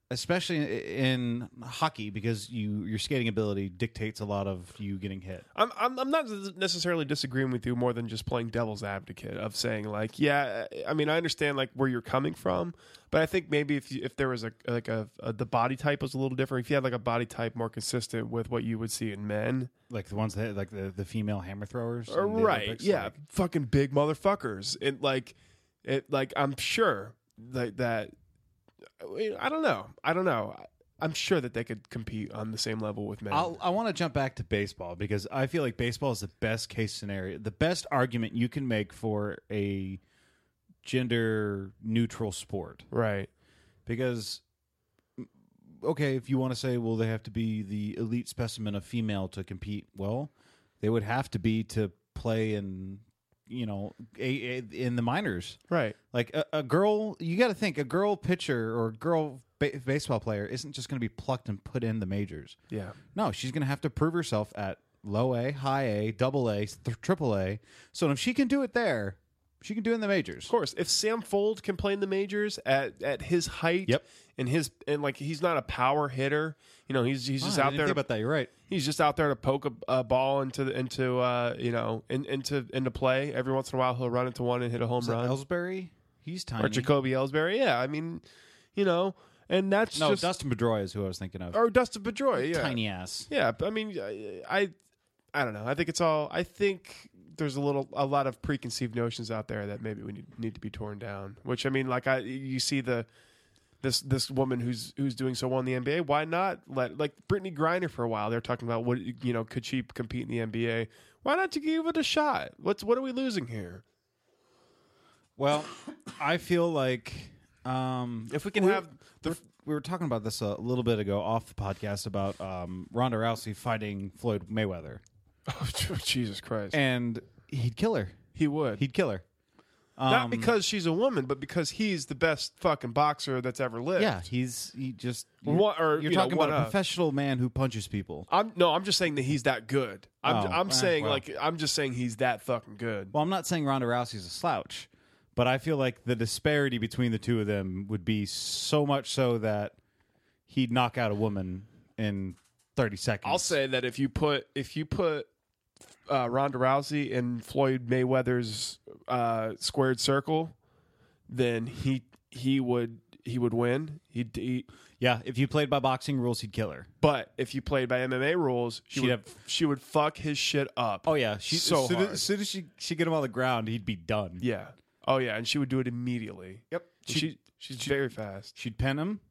Speaker 1: especially i- in hockey because you your skating ability dictates a lot of you getting hit.
Speaker 2: I'm, I'm I'm not necessarily disagreeing with you more than just playing devil's advocate of saying like, yeah, I mean, I understand like where you're coming from, but I think maybe if you, if there was a like a, a the body type was a little different, if you had like a body type more consistent with what you would see in men,
Speaker 1: Like the ones that like the, the female hammer throwers, in the
Speaker 2: Uh, right?
Speaker 1: Olympics,
Speaker 2: yeah,
Speaker 1: like-
Speaker 2: fucking big motherfuckers. And like, it like I'm sure that that I mean, I don't know. I don't know. I'm sure that they could compete on the same level with men.
Speaker 1: I'll, I want to jump back to baseball because I feel like baseball is the best case scenario, the best argument you can make for a gender neutral sport.
Speaker 2: right.
Speaker 1: Because, mm, okay, if you want to say, well, they have to be the elite specimen of female to compete, well, they would have to be to play in, you know, a, a- in the minors.
Speaker 2: Right.
Speaker 1: Like a, a girl, you got to think a girl pitcher or a girl ba- baseball player isn't just going to be plucked and put in the majors.
Speaker 2: Yeah.
Speaker 1: No, she's going to have to prove herself at low A, high A, double A, th- triple A. So if she can do it there, She can do it in the majors.
Speaker 2: Of course, if Sam Fold can play in the majors at, at his height,
Speaker 1: Yep.
Speaker 2: and his and like he's not a power hitter, you know, he's he's just
Speaker 1: Ah, I
Speaker 2: out
Speaker 1: didn't think
Speaker 2: there. To,
Speaker 1: about that. You're right.
Speaker 2: He's just out there to poke a, a ball into the, into uh, you know in, into into play. Every once in a while, he'll run into one and hit a home
Speaker 1: Is that
Speaker 2: run.
Speaker 1: Ellsbury? He's tiny.
Speaker 2: or Jacoby Ellsbury, yeah. I mean, you know, and that's
Speaker 1: no,
Speaker 2: just
Speaker 1: Dustin Pedroia is who I was thinking of.
Speaker 2: or Dustin Pedroia, yeah.
Speaker 1: Tiny ass.
Speaker 2: Yeah, I mean, I, I, I don't know. I think it's all. I think there's a little, a lot of preconceived notions out there that maybe we need, need to be torn down. Which I mean, like I, you see the this this woman who's who's doing so well in the NBA. Why not let like Brittany Griner for a while? They're talking about what you know, could she compete in the NBA? Why not to give it a shot? What's what are we losing here?
Speaker 1: Well, I feel like um,
Speaker 2: If we can
Speaker 1: we-
Speaker 2: have the-
Speaker 1: we're- we were talking about this a little bit ago off the podcast about um, Ronda Rousey fighting Floyd Mayweather,
Speaker 2: Oh, Jesus Christ,
Speaker 1: and he'd kill her.
Speaker 2: he would.
Speaker 1: He'd kill her. um,
Speaker 2: not because she's a woman, but because he's the best fucking boxer that's ever lived.
Speaker 1: Yeah, he's he just you're,
Speaker 2: What- or,
Speaker 1: you're
Speaker 2: you know, uh,
Speaker 1: talking
Speaker 2: what
Speaker 1: about a
Speaker 2: of?
Speaker 1: professional man who punches people.
Speaker 2: I'm no, I'm just saying that he's that good. I'm
Speaker 1: Oh,
Speaker 2: I'm
Speaker 1: eh,
Speaker 2: saying
Speaker 1: well.
Speaker 2: like I'm just saying he's that fucking good.
Speaker 1: Well, I'm not saying Ronda Rousey's a slouch, but I feel like the disparity between the two of them would be so much so that he'd knock out a woman in 30 seconds.
Speaker 2: I'll say that if you put if you put uh, Ronda Rousey in Floyd Mayweather's uh, squared circle, then he he would he would win. He'd, he
Speaker 1: yeah, if you played by boxing rules, he'd kill her.
Speaker 2: but if you played by MMA rules,
Speaker 1: She'd
Speaker 2: she would
Speaker 1: have-
Speaker 2: she would fuck his shit up.
Speaker 1: Oh yeah, she,
Speaker 2: so
Speaker 1: as soon,
Speaker 2: hard.
Speaker 1: As, as soon as she she get him on the ground, he'd be done.
Speaker 2: yeah. Oh yeah, and she would do it immediately.
Speaker 1: Yep.
Speaker 2: She, she's very fast.
Speaker 1: She'd pin him.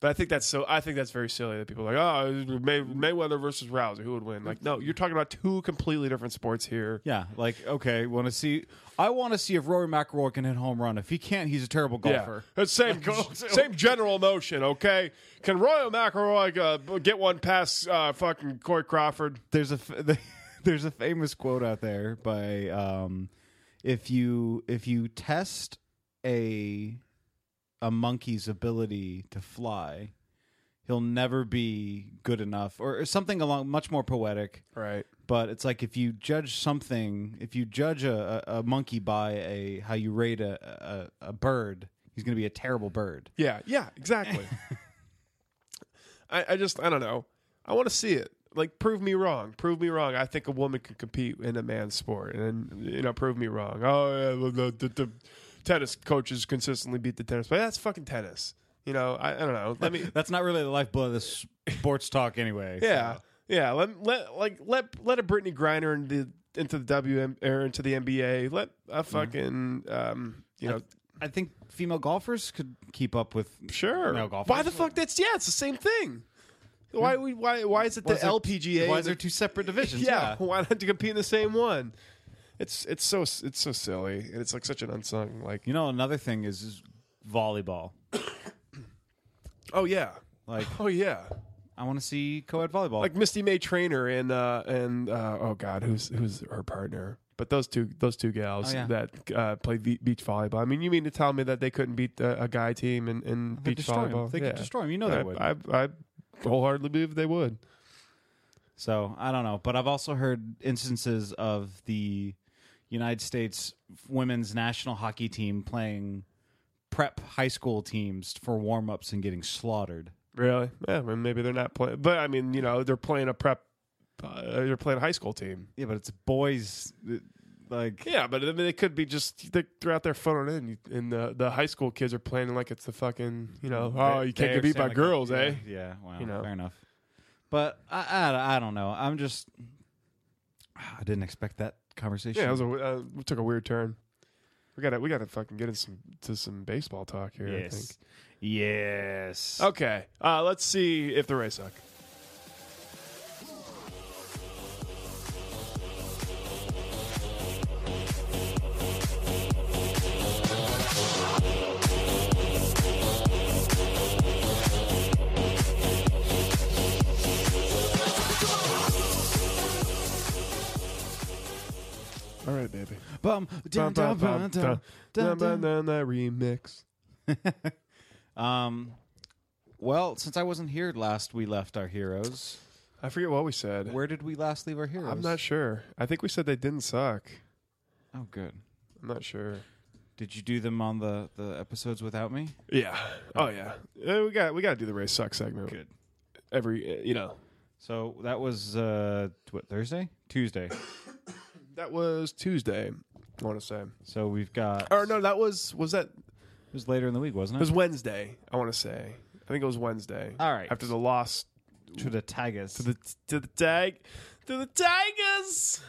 Speaker 2: But I think that's so. I think that's very silly that people are like, oh, May, Mayweather versus Rousey, who would win? Like, no, you're talking about two completely different sports here.
Speaker 1: Yeah, like okay, want to see? I want to see if Rory McIlroy can hit home run. If he can't, he's a terrible golfer.
Speaker 2: It's same same general notion. Okay, can Royal McElroy uh, b- get one past uh, fucking Corey Crawford?
Speaker 1: there's a f- there's a famous quote out there by um, if you if you test a a monkey's ability to fly, he'll never be good enough, or, or something along much more poetic.
Speaker 2: Right.
Speaker 1: But it's like if you judge something, if you judge a, a, a monkey by a how you rate a a, a bird, he's going to be a terrible bird.
Speaker 2: Yeah. Yeah. Exactly. I, I just I don't know. I want to see it. Like, prove me wrong. Prove me wrong. I think a woman can compete in a man's sport, and you know, prove me wrong. Oh, yeah, well, the, the, the tennis coaches consistently beat the tennis, but that's fucking tennis. You know, I, I don't know. Let me.
Speaker 1: That's not really the lifeblood of this sports talk, anyway.
Speaker 2: Yeah, yeah. Let let like let let a Brittany Griner into the into the WM or into the NBA. Let a fucking um, you know,
Speaker 1: I think female golfers could keep up with
Speaker 2: sure.
Speaker 1: male golfers.
Speaker 2: Why the fuck? That's yeah. It's the same thing. Why we why why is it the
Speaker 1: Why is there-
Speaker 2: LPGA?
Speaker 1: Why is there
Speaker 2: that-
Speaker 1: two separate divisions?
Speaker 2: yeah, why not to compete in the same one? It's it's so it's so silly, and it's like such an unsung like.
Speaker 1: You know, another thing is, is volleyball.
Speaker 2: Oh yeah,
Speaker 1: Like,
Speaker 2: oh yeah,
Speaker 1: I want to see co-ed volleyball.
Speaker 2: like Misty May Trainer and uh and uh oh god, who's who's her partner? But those two those two gals
Speaker 1: Oh, yeah.
Speaker 2: that uh, play be- beach volleyball. I mean, you mean to tell me that they couldn't beat uh, a guy team in, in
Speaker 1: They'd
Speaker 2: beach
Speaker 1: destroy 'em.
Speaker 2: volleyball?
Speaker 1: They could destroy 'em. You know they
Speaker 2: I,
Speaker 1: would.
Speaker 2: I, I wholeheartedly believe they would.
Speaker 1: so I don't know, but I've also heard instances of the United States women's national hockey team playing prep high school teams for warm-ups and getting slaughtered.
Speaker 2: Really? Yeah. I mean, maybe they're not playing, but I mean, you know, they're playing a prep. Uh, they're playing a high school team.
Speaker 1: Yeah, but it's boys. uh, Like,
Speaker 2: Yeah, but I mean, they could be just they- they're out there phoning in, and the the high school kids are playing like it's the fucking you know. Oh, you can't
Speaker 1: They
Speaker 2: get beat by
Speaker 1: understand, like,
Speaker 2: girls,
Speaker 1: yeah,
Speaker 2: eh?
Speaker 1: Yeah, wow,
Speaker 2: You know.
Speaker 1: fair enough. But I, I, I don't know. I'm just, I didn't expect that conversation.
Speaker 2: Yeah, it was a, uh, we took a weird turn. We gotta we gotta fucking get into some to some baseball talk here. I think.
Speaker 1: yes, yes.
Speaker 2: Okay, uh, let's see if the Rays suck. All right, baby.
Speaker 1: Bum, dum, dum, bum, dum, dum, dum.
Speaker 2: Remix.
Speaker 1: Um, well, since I wasn't here last, we left our heroes.
Speaker 2: I forget what we said.
Speaker 1: Where did we last leave our heroes?
Speaker 2: I'm not sure. I think we said they didn't suck.
Speaker 1: Oh, good.
Speaker 2: I'm not sure.
Speaker 1: Did you do them on the the episodes without me?
Speaker 2: Yeah. Oh yeah. Uh, we got we got to do the race suck segment.
Speaker 1: Good.
Speaker 2: Every uh, you know
Speaker 1: So that was uh what Thursday, Tuesday.
Speaker 2: that was Tuesday. I want to say.
Speaker 1: So we've got
Speaker 2: Or no, that was was that it
Speaker 1: it was later in the week, wasn't it?
Speaker 2: was Wednesday. I want to say. I think it was Wednesday.
Speaker 1: All right.
Speaker 2: After the loss
Speaker 1: to the Tigers.
Speaker 2: to the to the tag to the Tigers.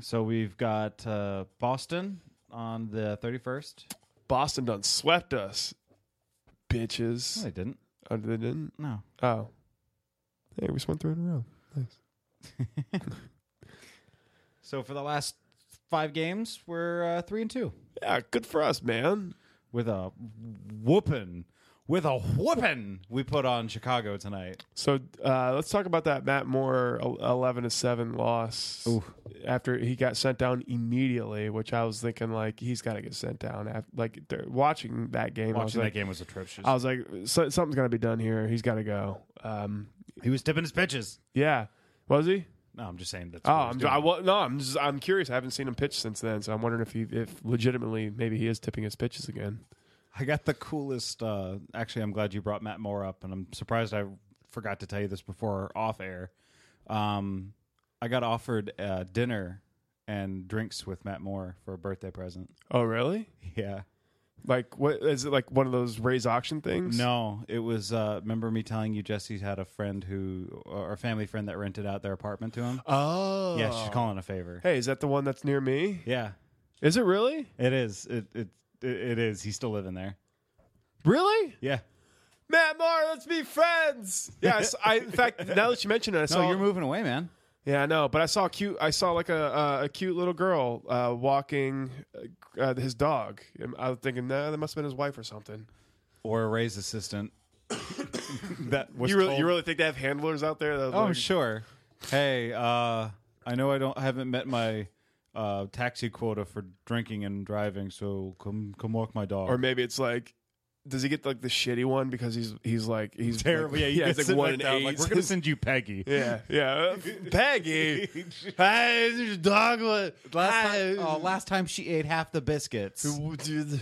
Speaker 1: so we've got uh Boston on the thirty first.
Speaker 2: Boston done swept us, bitches.
Speaker 1: No, they didn't.
Speaker 2: Oh, they didn't.
Speaker 1: No.
Speaker 2: Oh, hey, we just went through in a row. Nice.
Speaker 1: So for the last five games, we're uh, three and two
Speaker 2: Yeah, good for us, man.
Speaker 1: with a whooping, with a whooping we put on Chicago tonight.
Speaker 2: So uh, let's talk about that Matt Moore el- eleven to seven loss. After he got sent down immediately, which I was thinking like he's got to get sent down. After, like they're watching that game, I was
Speaker 1: Watching
Speaker 2: like,
Speaker 1: that game was atrocious.
Speaker 2: I was like, so, something's gonna be done here. He's got to go. Um,
Speaker 1: he was tipping his pitches.
Speaker 2: yeah, was he?
Speaker 1: No, I'm just saying that's.
Speaker 2: Oh,
Speaker 1: what he was
Speaker 2: I'm,
Speaker 1: doing.
Speaker 2: I, well, no, I'm just, I'm curious. I haven't seen him pitch since then, so I'm wondering if he, if legitimately, maybe he is tipping his pitches again.
Speaker 1: I got the coolest. Uh, actually, I'm glad you brought Matt Moore up, and I'm surprised I forgot to tell you this before off air. Um, I got offered uh, dinner and drinks with Matt Moore for a birthday present.
Speaker 2: Oh, really?
Speaker 1: Yeah.
Speaker 2: Like, what is it? Like one of those raise auction things?
Speaker 1: No, it was. Uh, remember me telling you Jesse had a friend who, or a family friend that rented out their apartment to him?
Speaker 2: Oh,
Speaker 1: Yeah, she's calling a favor.
Speaker 2: Hey, is that the one that's near me?
Speaker 1: Yeah,
Speaker 2: Is it really?
Speaker 1: it is. It, it it it is. He's still living there.
Speaker 2: Really?
Speaker 1: Yeah.
Speaker 2: Matt Moore, let's be friends. Yes, I. In fact, now that you mention it, I
Speaker 1: No,
Speaker 2: saw.
Speaker 1: you're moving away, man.
Speaker 2: yeah, I know, but I saw a cute. I saw like a uh, a cute little girl uh, walking uh, uh, his dog. And I was thinking, nah, that must have been his wife or something.
Speaker 1: Or a raise assistant. that was
Speaker 2: you really,
Speaker 1: told-
Speaker 2: you really think they have handlers out there? That
Speaker 1: Oh
Speaker 2: like-
Speaker 1: sure. Hey, uh, I know I don't I haven't met my uh, taxi quota for drinking and driving, so come come walk my dog.
Speaker 2: Or maybe it's like, does he get like the shitty one because he's he's like he's
Speaker 1: terrible.
Speaker 2: Like,
Speaker 1: Yeah, you
Speaker 2: yeah,
Speaker 1: yeah,
Speaker 2: he's like one and eight.
Speaker 1: Like, we're gonna send you Peggy.
Speaker 2: yeah, yeah, Peggy. hey, this is dog. What?
Speaker 1: Last
Speaker 2: Hey.
Speaker 1: time, oh, last time she ate half the biscuits.
Speaker 2: Oh, Dude.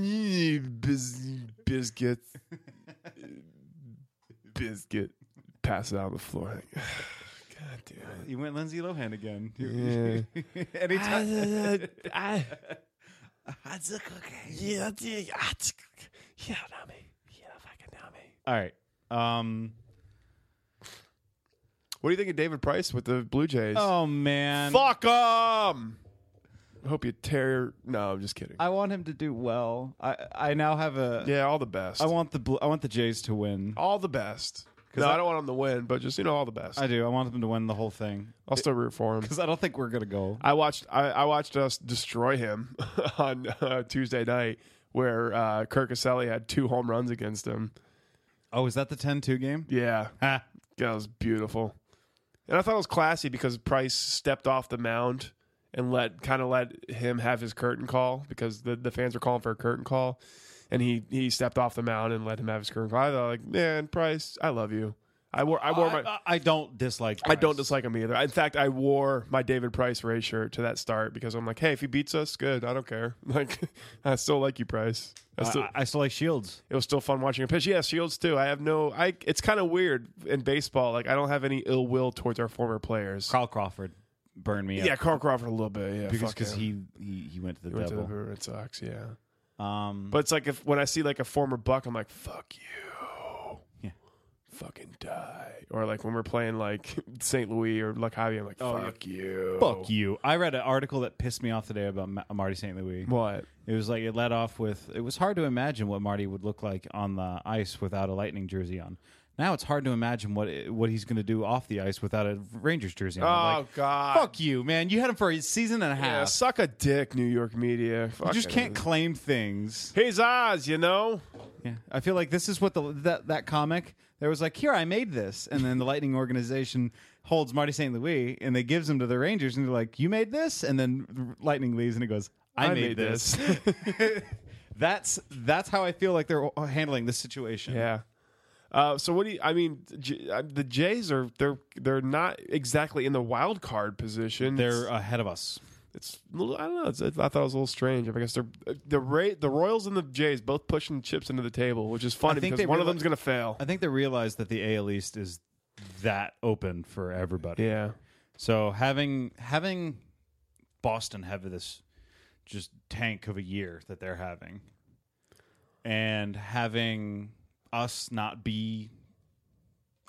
Speaker 2: Bis- biscuit, biscuit, pass it out on the floor. God damn
Speaker 1: You went Lindsay Lohan again.
Speaker 2: it. Yeah.
Speaker 1: Anytime.
Speaker 2: I, yeah, dude, I, yeah, Nami. Yeah, fucking Nami.
Speaker 1: All right. Um.
Speaker 2: What do you think of David Price with the Blue Jays?
Speaker 1: Oh man.
Speaker 2: Fuck him! I hope you tear. No, I'm just kidding.
Speaker 1: I want him to do well. I I now have a. I
Speaker 2: yeah, all the best.
Speaker 1: want the Blu- I want the Jays to win.
Speaker 2: all the best. No, I, don't want him to win, but just you know, all the best.
Speaker 1: I
Speaker 2: I,
Speaker 1: do. I want them to win the whole thing
Speaker 2: will still root for him.
Speaker 1: because I don't think we're gonna go.
Speaker 2: I watched. I, I watched us destroy him on uh, Tuesday night, where uh, Kirk Caselli had two home runs against him.
Speaker 1: Oh, is that the 10-2 game? Ah,
Speaker 2: Yeah,
Speaker 1: Ha.
Speaker 2: that was beautiful. And I thought it was classy because Price stepped off the mound and let kind of let him have his curtain call because the, the fans were calling for a curtain call, and he he stepped off the mound and let him have his curtain call. I thought like, man, Price, I love you. I wore Oh, I wore my.
Speaker 1: I, I don't dislike.
Speaker 2: I don't
Speaker 1: Price.
Speaker 2: dislike him either. In fact, I wore my David Price Ray shirt to that start because I'm like, hey, if he beats us, good. I don't care. Like, I still like you, Price. I still,
Speaker 1: I, I still like Shields.
Speaker 2: it was still fun watching him pitch. Yeah, Shields too. I have no. I. It's kind of weird in baseball. Like, I don't have any ill will towards our former players.
Speaker 1: Carl Crawford burned me
Speaker 2: yeah.
Speaker 1: up.
Speaker 2: Carl Crawford a little bit. Yeah,
Speaker 1: because
Speaker 2: fuck
Speaker 1: cause
Speaker 2: him.
Speaker 1: he, he he went to the
Speaker 2: went to
Speaker 1: devil.
Speaker 2: the Red Sox. Yeah,
Speaker 1: um,
Speaker 2: but it's like if when I see like a former Buck, I'm like, fuck you.
Speaker 1: Yeah.
Speaker 2: Fucking die, or like when we're playing like St. Louis or La Javi, I'm like, fuck you,
Speaker 1: Oh, fuck you. I read an article that pissed me off today about Ma- Marty St. Louis.
Speaker 2: What?
Speaker 1: It was like it led off with it was hard to imagine what Marty would look like on the ice without a Lightning jersey on. Now it's hard to imagine what what he's going to do off the ice without a Rangers jersey on. I'm
Speaker 2: Oh,
Speaker 1: like,
Speaker 2: God.
Speaker 1: Fuck you, man! You had him for a season and a half.
Speaker 2: Yeah, suck a dick, New York media.
Speaker 1: you
Speaker 2: Fuck
Speaker 1: just
Speaker 2: it.
Speaker 1: can't claim things.
Speaker 2: He's Oz, you know.
Speaker 1: Yeah, I feel like this is what the that that comic there was like. Here, I made this, and then the Lightning organization holds Marty St. Louis and they gives him to the Rangers, and they're like, "You made this," and then Lightning leaves, and he goes, "I, made, this. That's that's how I feel like they're handling this situation.
Speaker 2: yeah. Uh, so what do you? I mean, J- uh, the Jays are they're they're not exactly in the wild card position.
Speaker 1: They're ahead of us.
Speaker 2: It's I don't know. It's, I thought it was a little strange. I guess they're uh, the Ra- the Royals and the Jays both pushing chips into the table, which is funny
Speaker 1: I think
Speaker 2: because
Speaker 1: they
Speaker 2: one of
Speaker 1: reali-
Speaker 2: them's going to fail.
Speaker 1: I think they realized that the AL East is that open for everybody.
Speaker 2: yeah,
Speaker 1: So having having Boston have this just tank of a year that they're having, and having us not be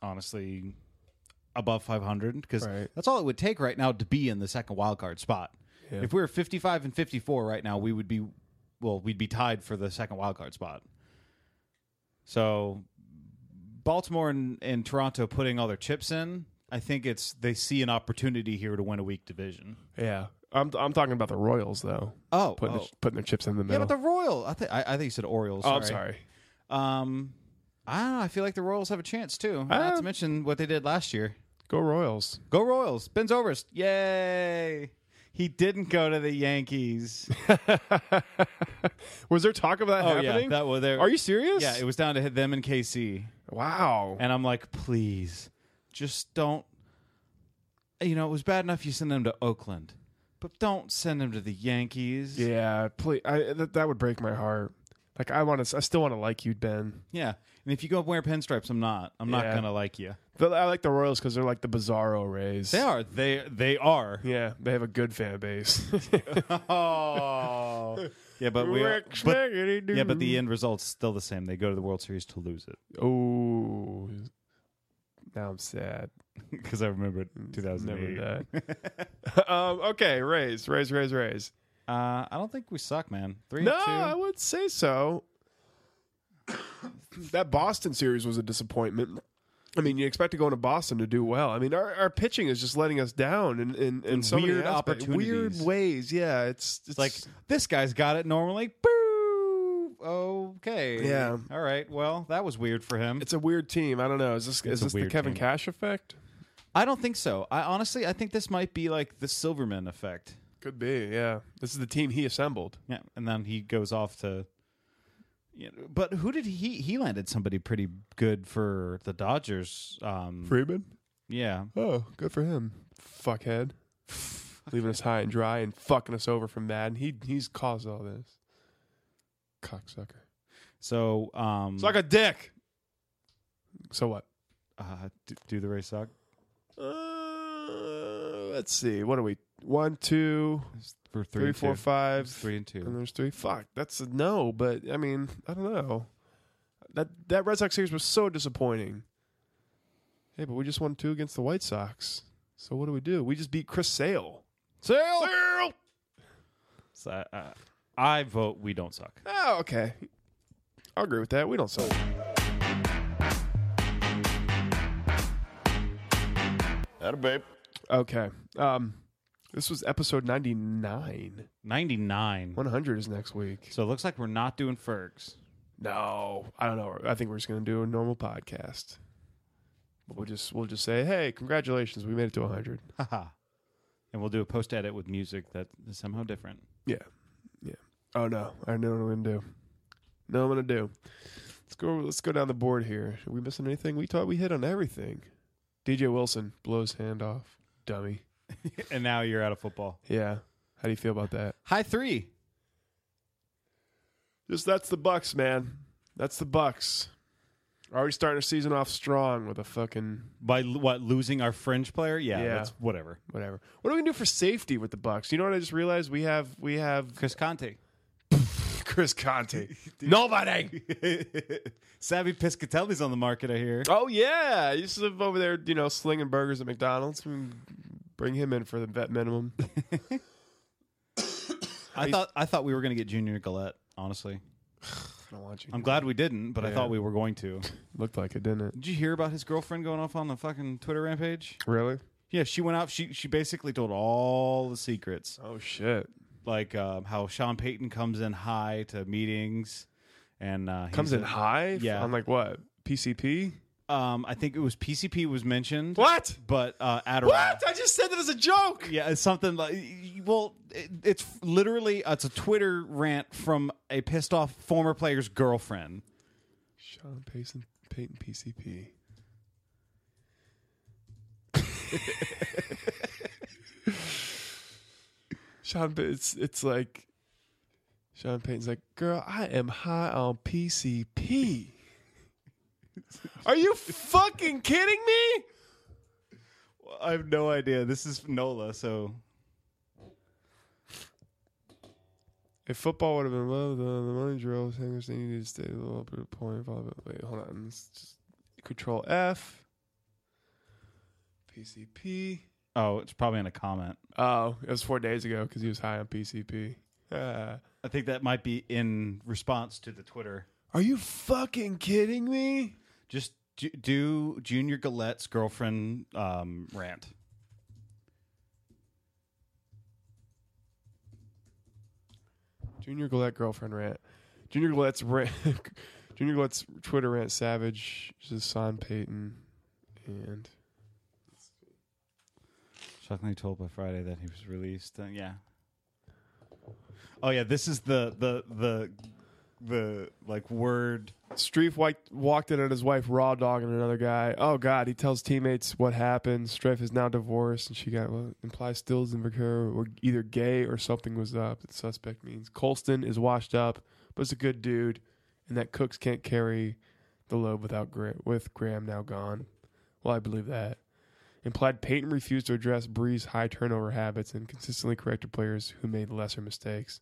Speaker 1: honestly above 500 because
Speaker 2: Right.
Speaker 1: that's all it would take right now to be in the second wild card spot. If we were 55 and 54 right now, we would be well, we'd be tied for the second wild card spot. So Baltimore and, and Toronto putting all their chips in, I think it's they see an opportunity here to win a weak division.
Speaker 2: yeah. I'm I'm talking about the Royals though.
Speaker 1: Oh,
Speaker 2: putting
Speaker 1: oh.
Speaker 2: The, putting their chips in the
Speaker 1: Yeah,
Speaker 2: middle.
Speaker 1: but the Royal, I think I, I think you said Orioles.
Speaker 2: oh, I'm sorry.
Speaker 1: Um, I don't know. I feel like the Royals have a chance too. Not
Speaker 2: Uh,
Speaker 1: to mention what they did last year.
Speaker 2: Go Royals.
Speaker 1: Go Royals! Ben's Overst, yay! He didn't go to the Yankees.
Speaker 2: Was there talk of that
Speaker 1: Oh, yeah,
Speaker 2: happening?
Speaker 1: that was there.
Speaker 2: Are you serious?
Speaker 1: yeah, it was down to hit them and KC.
Speaker 2: wow.
Speaker 1: And I'm like, please, just don't. You know, it was bad enough you send them to Oakland, but don't send them to the Yankees.
Speaker 2: yeah, please. I, that, that would break my heart. Like I want to. I still want to like you, Ben.
Speaker 1: Yeah. And if you go wear pinstripes, I'm not. I'm not
Speaker 2: Yeah.
Speaker 1: gonna like you.
Speaker 2: But I like the Royals because they're like the Bizarro Rays.
Speaker 1: They are. They they are.
Speaker 2: Yeah, they have a good fan base.
Speaker 1: Oh. yeah, but we. Are, but, yeah, but the end result's still the same. They go to the World Series to lose it
Speaker 2: oh, now I'm sad.
Speaker 1: because I remember
Speaker 2: Never
Speaker 1: 2008.
Speaker 2: that. um, okay, Rays, Rays, Rays, Rays.
Speaker 1: Uh, I don't think we suck, man. Three
Speaker 2: No,
Speaker 1: two.
Speaker 2: I would say so. that Boston series was a disappointment. I mean, you expect to go into Boston to do well. I mean, our, our pitching is just letting us down in, in, in so many
Speaker 1: weird
Speaker 2: aspects. weird
Speaker 1: opportunities.
Speaker 2: ways. Yeah, it's it's
Speaker 1: It's like this guy's got it normally. Boo. Okay.
Speaker 2: Yeah.
Speaker 1: All right. Well, that was weird for him.
Speaker 2: it's a weird team. I don't know. Is this is
Speaker 1: a
Speaker 2: this the
Speaker 1: weird
Speaker 2: Kevin
Speaker 1: team.
Speaker 2: Cash effect?
Speaker 1: I don't think so. I honestly, I think this might be like the Silverman effect.
Speaker 2: Could be. Yeah, this is the team he assembled.
Speaker 1: Yeah, and then he goes off to. You know, but who did he? He landed somebody pretty good for the Dodgers. Um,
Speaker 2: Freeman.
Speaker 1: yeah,
Speaker 2: Oh, good for him. Fuckhead. Leaving us high and dry and fucking us over from Madden. He he's caused all this. Cocksucker.
Speaker 1: so um,
Speaker 2: Suck a dick. So what?
Speaker 1: uh, do, do the race suck?
Speaker 2: Uh, let's see. What are we? One, two,
Speaker 1: For three,
Speaker 2: three,
Speaker 1: and
Speaker 2: four,
Speaker 1: two.
Speaker 2: five.
Speaker 1: It's three and two.
Speaker 2: And there's three. Fuck. That's a no, but I mean, I don't know. That that Red Sox series was so disappointing. Hey, but we just won two against the White Sox. So what do we do? We just beat Chris Sale.
Speaker 1: Sail.
Speaker 2: Sale!
Speaker 1: So, uh, I vote we don't suck.
Speaker 2: Oh, okay. I'll agree with that. We don't suck.
Speaker 9: Atta babe.
Speaker 2: Okay. Um, this was episode 99.
Speaker 1: Ninety nine.
Speaker 2: 100 is next week.
Speaker 1: So it looks like we're not doing Fergs.
Speaker 2: No, I don't know. I think we're just going to do a normal podcast. But we'll just we'll just say, "Hey, congratulations. We made it to 100."
Speaker 1: Haha. And we'll do a post edit with music that is somehow different.
Speaker 2: Yeah. Yeah. Oh no. I know what I'm going to do. No, I'm going to do. Let's go let's go down the board here. Are we missing anything? We thought we hit on everything. DJ Wilson blows hand off. Dummy.
Speaker 1: and now you're out of football.
Speaker 2: Yeah. How do you feel about that?
Speaker 1: High three.
Speaker 2: Just that's the Bucks, man. That's the Bucks. Already starting our season off strong with a fucking
Speaker 1: By l- what losing our fringe player? Yeah,
Speaker 2: Yeah.
Speaker 1: that's whatever.
Speaker 2: whatever. What are we gonna do for safety with the Bucks? You know what I just realized? We have we have
Speaker 1: Chris Conte,
Speaker 2: Chris Conte. Nobody.
Speaker 1: Savvy Piscatelli's on the market. I hear.
Speaker 2: Oh yeah, he's just over there, you know, slinging burgers at McDonald's. Mm, Bring him in for the vet minimum.
Speaker 1: I thought I thought we were going to get Junior Gillette. Honestly,
Speaker 2: I don't want you.
Speaker 1: I'm glad we didn't, but I
Speaker 2: Yeah.
Speaker 1: thought we were going to.
Speaker 2: Looked like it, didn't it?
Speaker 1: Did you hear about his girlfriend going off on the fucking Twitter rampage?
Speaker 2: Really?
Speaker 1: Yeah, she went out. She she basically told all the secrets,
Speaker 2: Oh shit!
Speaker 1: like um, how Sean Payton comes in high to meetings, and uh, he's
Speaker 2: Comes in
Speaker 1: a-
Speaker 2: high.
Speaker 1: Yeah.
Speaker 2: I'm like what? PCP.
Speaker 1: Um, I think it was PCP was mentioned.
Speaker 2: What?
Speaker 1: But uh, Adderall.
Speaker 2: What? I just said that as a joke.
Speaker 1: Yeah, it's something like well, it, it's literally uh, it's a Twitter rant from a pissed off former player's girlfriend.
Speaker 2: Sean Payton, Payton PCP. Sean, Pay- it's it's like Sean Payton's like, girl, I am high on PCP. Are you fucking kidding me?
Speaker 1: I have no idea. This is Nola, so
Speaker 2: If football would have been love, the, the money drill, Sanders, they needed to stay a little bit of point. Blah, blah, blah. Wait, hold on. Let's just control F. PCP.
Speaker 1: oh, it's probably in a comment.
Speaker 2: Oh, it was four days ago because he was high on PCP. Ah.
Speaker 1: I think that might be in response to the Twitter.
Speaker 2: Are you fucking kidding me?
Speaker 1: Just do, do Junior Galette's girlfriend um, rant.
Speaker 2: Junior Gillette girlfriend rant. Junior Gillette's rant. Junior Gillette's Twitter rant savage. Just Son Payton. And
Speaker 1: Shockingly told by Friday that he was released. Uh, yeah. Oh yeah, this is the the the the like word.
Speaker 2: Streif wa- walked in on his wife raw dogging another guy. Oh God! He tells teammates what happened. Streif is now divorced, and she got well, implies Stills and Vaquero were either gay or something was up. The suspect means Colston is washed up, but is a good dude, and that Cooks can't carry the load without Gra- with Graham now gone. Well, I believe that. Implied Peyton refused to address Bree's high turnover habits and consistently corrected players who made lesser mistakes.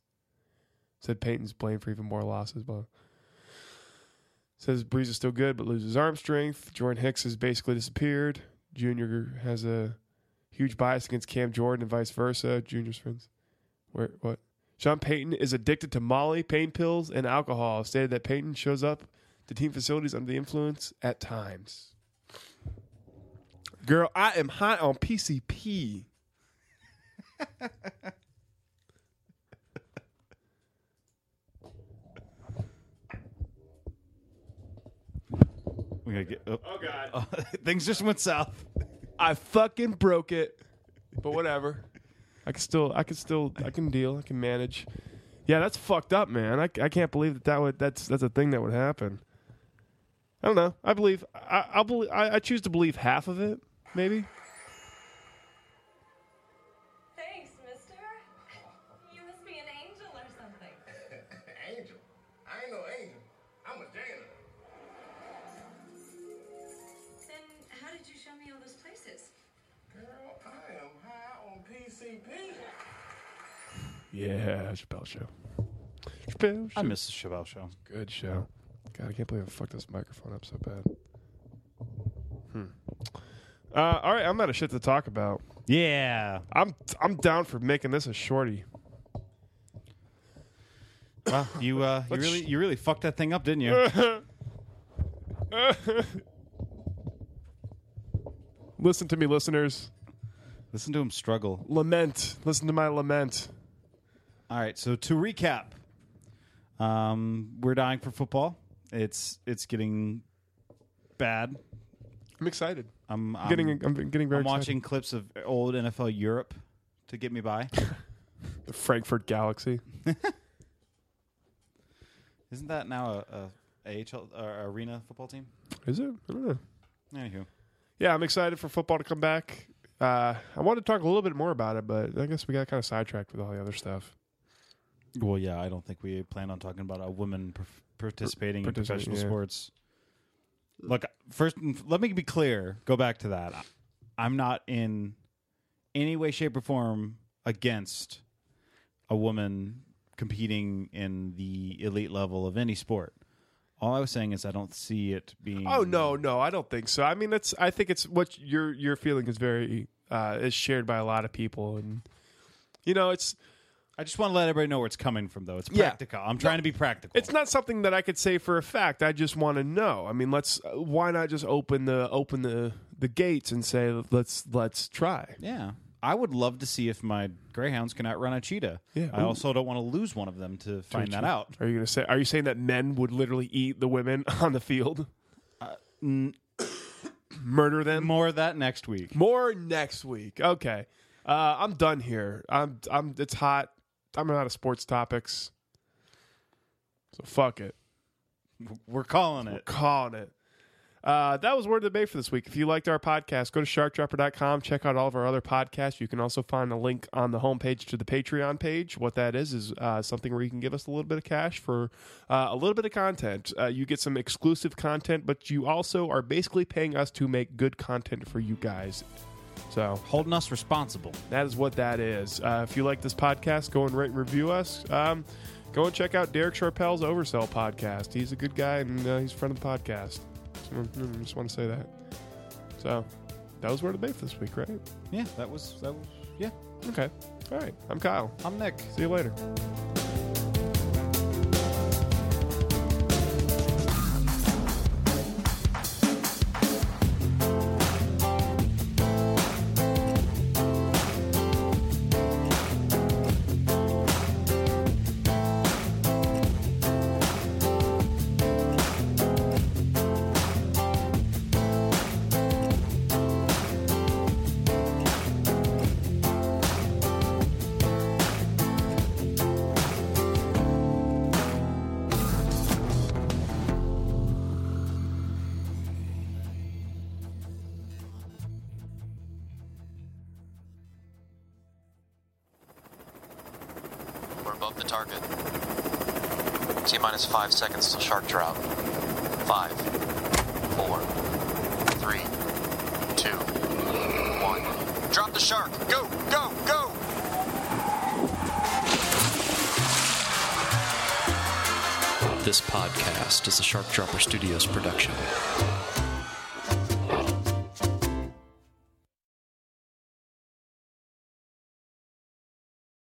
Speaker 2: Said Peyton's blamed for even more losses. Blah. Says Breeze is still good, but loses arm strength. Jordan Hicks has basically disappeared. Junior has a huge bias against Cam Jordan and vice versa. Junior's friends. Where what? Sean Payton is addicted to Molly, pain pills, and alcohol. Stated that Payton shows up to team facilities under the influence at times. Girl, I am hot on PCP.
Speaker 1: We gotta get. Oh,
Speaker 2: God.
Speaker 1: things just went south.
Speaker 2: I fucking broke it. But whatever. I can still, I can still, I can deal. I can manage. Yeah, that's fucked up, man. I, I can't believe that that would that's that's a thing that would happen. I don't know. I believe I I believe I, I choose to believe half of it, maybe.
Speaker 8: Thanks, mister. You must be an angel or something.
Speaker 10: angel? I ain't no angel. I'm a janitor.
Speaker 8: Then how did you show me all those places?
Speaker 10: Girl, I am high on PCP.
Speaker 2: Yeah, Chappelle show. Chappelle show.
Speaker 1: I miss the Chevelle show.
Speaker 2: Good show. God, I can't believe I fucked this microphone up so bad. Hmm. Uh, all right, I'm out of shit to talk about.
Speaker 1: Yeah.
Speaker 2: I'm I'm down for making this a shorty.
Speaker 1: Well, you uh, you
Speaker 2: Let's-
Speaker 1: really you really fucked that thing up, didn't you?
Speaker 2: Listen to me, listeners.
Speaker 1: Listen to him struggle.
Speaker 2: Lament. Listen to my lament.
Speaker 1: All right, so to recap, um, we're dying for football. It's it's getting bad.
Speaker 2: I'm excited.
Speaker 1: I'm, I'm
Speaker 2: I'm getting. I'm getting very.
Speaker 1: I'm watching clips of old NFL Europe to get me by.
Speaker 2: excited. the Frankfurt Galaxy.
Speaker 1: Isn't that now a, a AHL or arena football team?
Speaker 2: Is it? I don't know.
Speaker 1: Anywho,
Speaker 2: Yeah, I'm excited for football to come back. Uh, I wanted to talk a little bit more about it, but I guess we got kind of sidetracked with all the other stuff.
Speaker 1: well, yeah, I don't think we plan on talking about a woman par- participating in
Speaker 2: Participate,
Speaker 1: professional
Speaker 2: yeah.
Speaker 1: sports. Look, first, and f- let me be clear. Go back to that. I- I'm not in any way, shape, or form against a woman competing in the elite level of any sport. All I was saying is I don't see it being.
Speaker 2: Oh no, no, I don't think so. I mean, that's. I think it's what your your feeling is very uh, is shared by a lot of people, and you know, it's
Speaker 1: I just want to let everybody know where it's coming from, though. It's
Speaker 2: Yeah.
Speaker 1: practical. I'm trying to be practical.
Speaker 2: It's not something that I could say for a fact. I just want to know. I mean, let's uh, why not just open the open the the gates and say let's let's try.
Speaker 1: Yeah. I would love to see if my greyhounds can outrun a cheetah.
Speaker 2: Yeah.
Speaker 1: I
Speaker 2: Ooh.
Speaker 1: also don't want to lose one of them to find that out.
Speaker 2: Are you gonna say? Are you saying that men would literally eat the women on the field? Murder them.
Speaker 1: More of that next week.
Speaker 2: More next week. Okay. Uh, I'm done here. I'm I'm it's hot. I'm out of sports topics. So fuck it.
Speaker 1: We're calling it.
Speaker 2: Calling it. Uh, that was Word of the Bay for this week. If you liked our podcast, go to sharkdropper.com. Check out all of our other podcasts. You can also find a link on the homepage to the Patreon page. What that is is uh, something where you can give us a little bit of cash for uh, a little bit of content. Uh, you get some exclusive content, but you also are basically paying us to make good content for you guys. So
Speaker 1: Holding us responsible.
Speaker 2: that is what that is. Uh, if you like this podcast, go and rate and review us. Um, go and check out Derek Sharpell's Oversell podcast. He's a good guy and uh, he's a friend of the podcast. So, mm, just want to say that. So that was word of the day for this week, right?
Speaker 1: Yeah, that was that was yeah.
Speaker 2: Okay. All right. I'm Kyle.
Speaker 1: I'm Nick.
Speaker 2: See you later.
Speaker 11: We're above the target. T minus five seconds till shark drop. Five, four, three, two, one. Drop the shark. Go, go, go. This podcast is a Shark Dropper Studios production.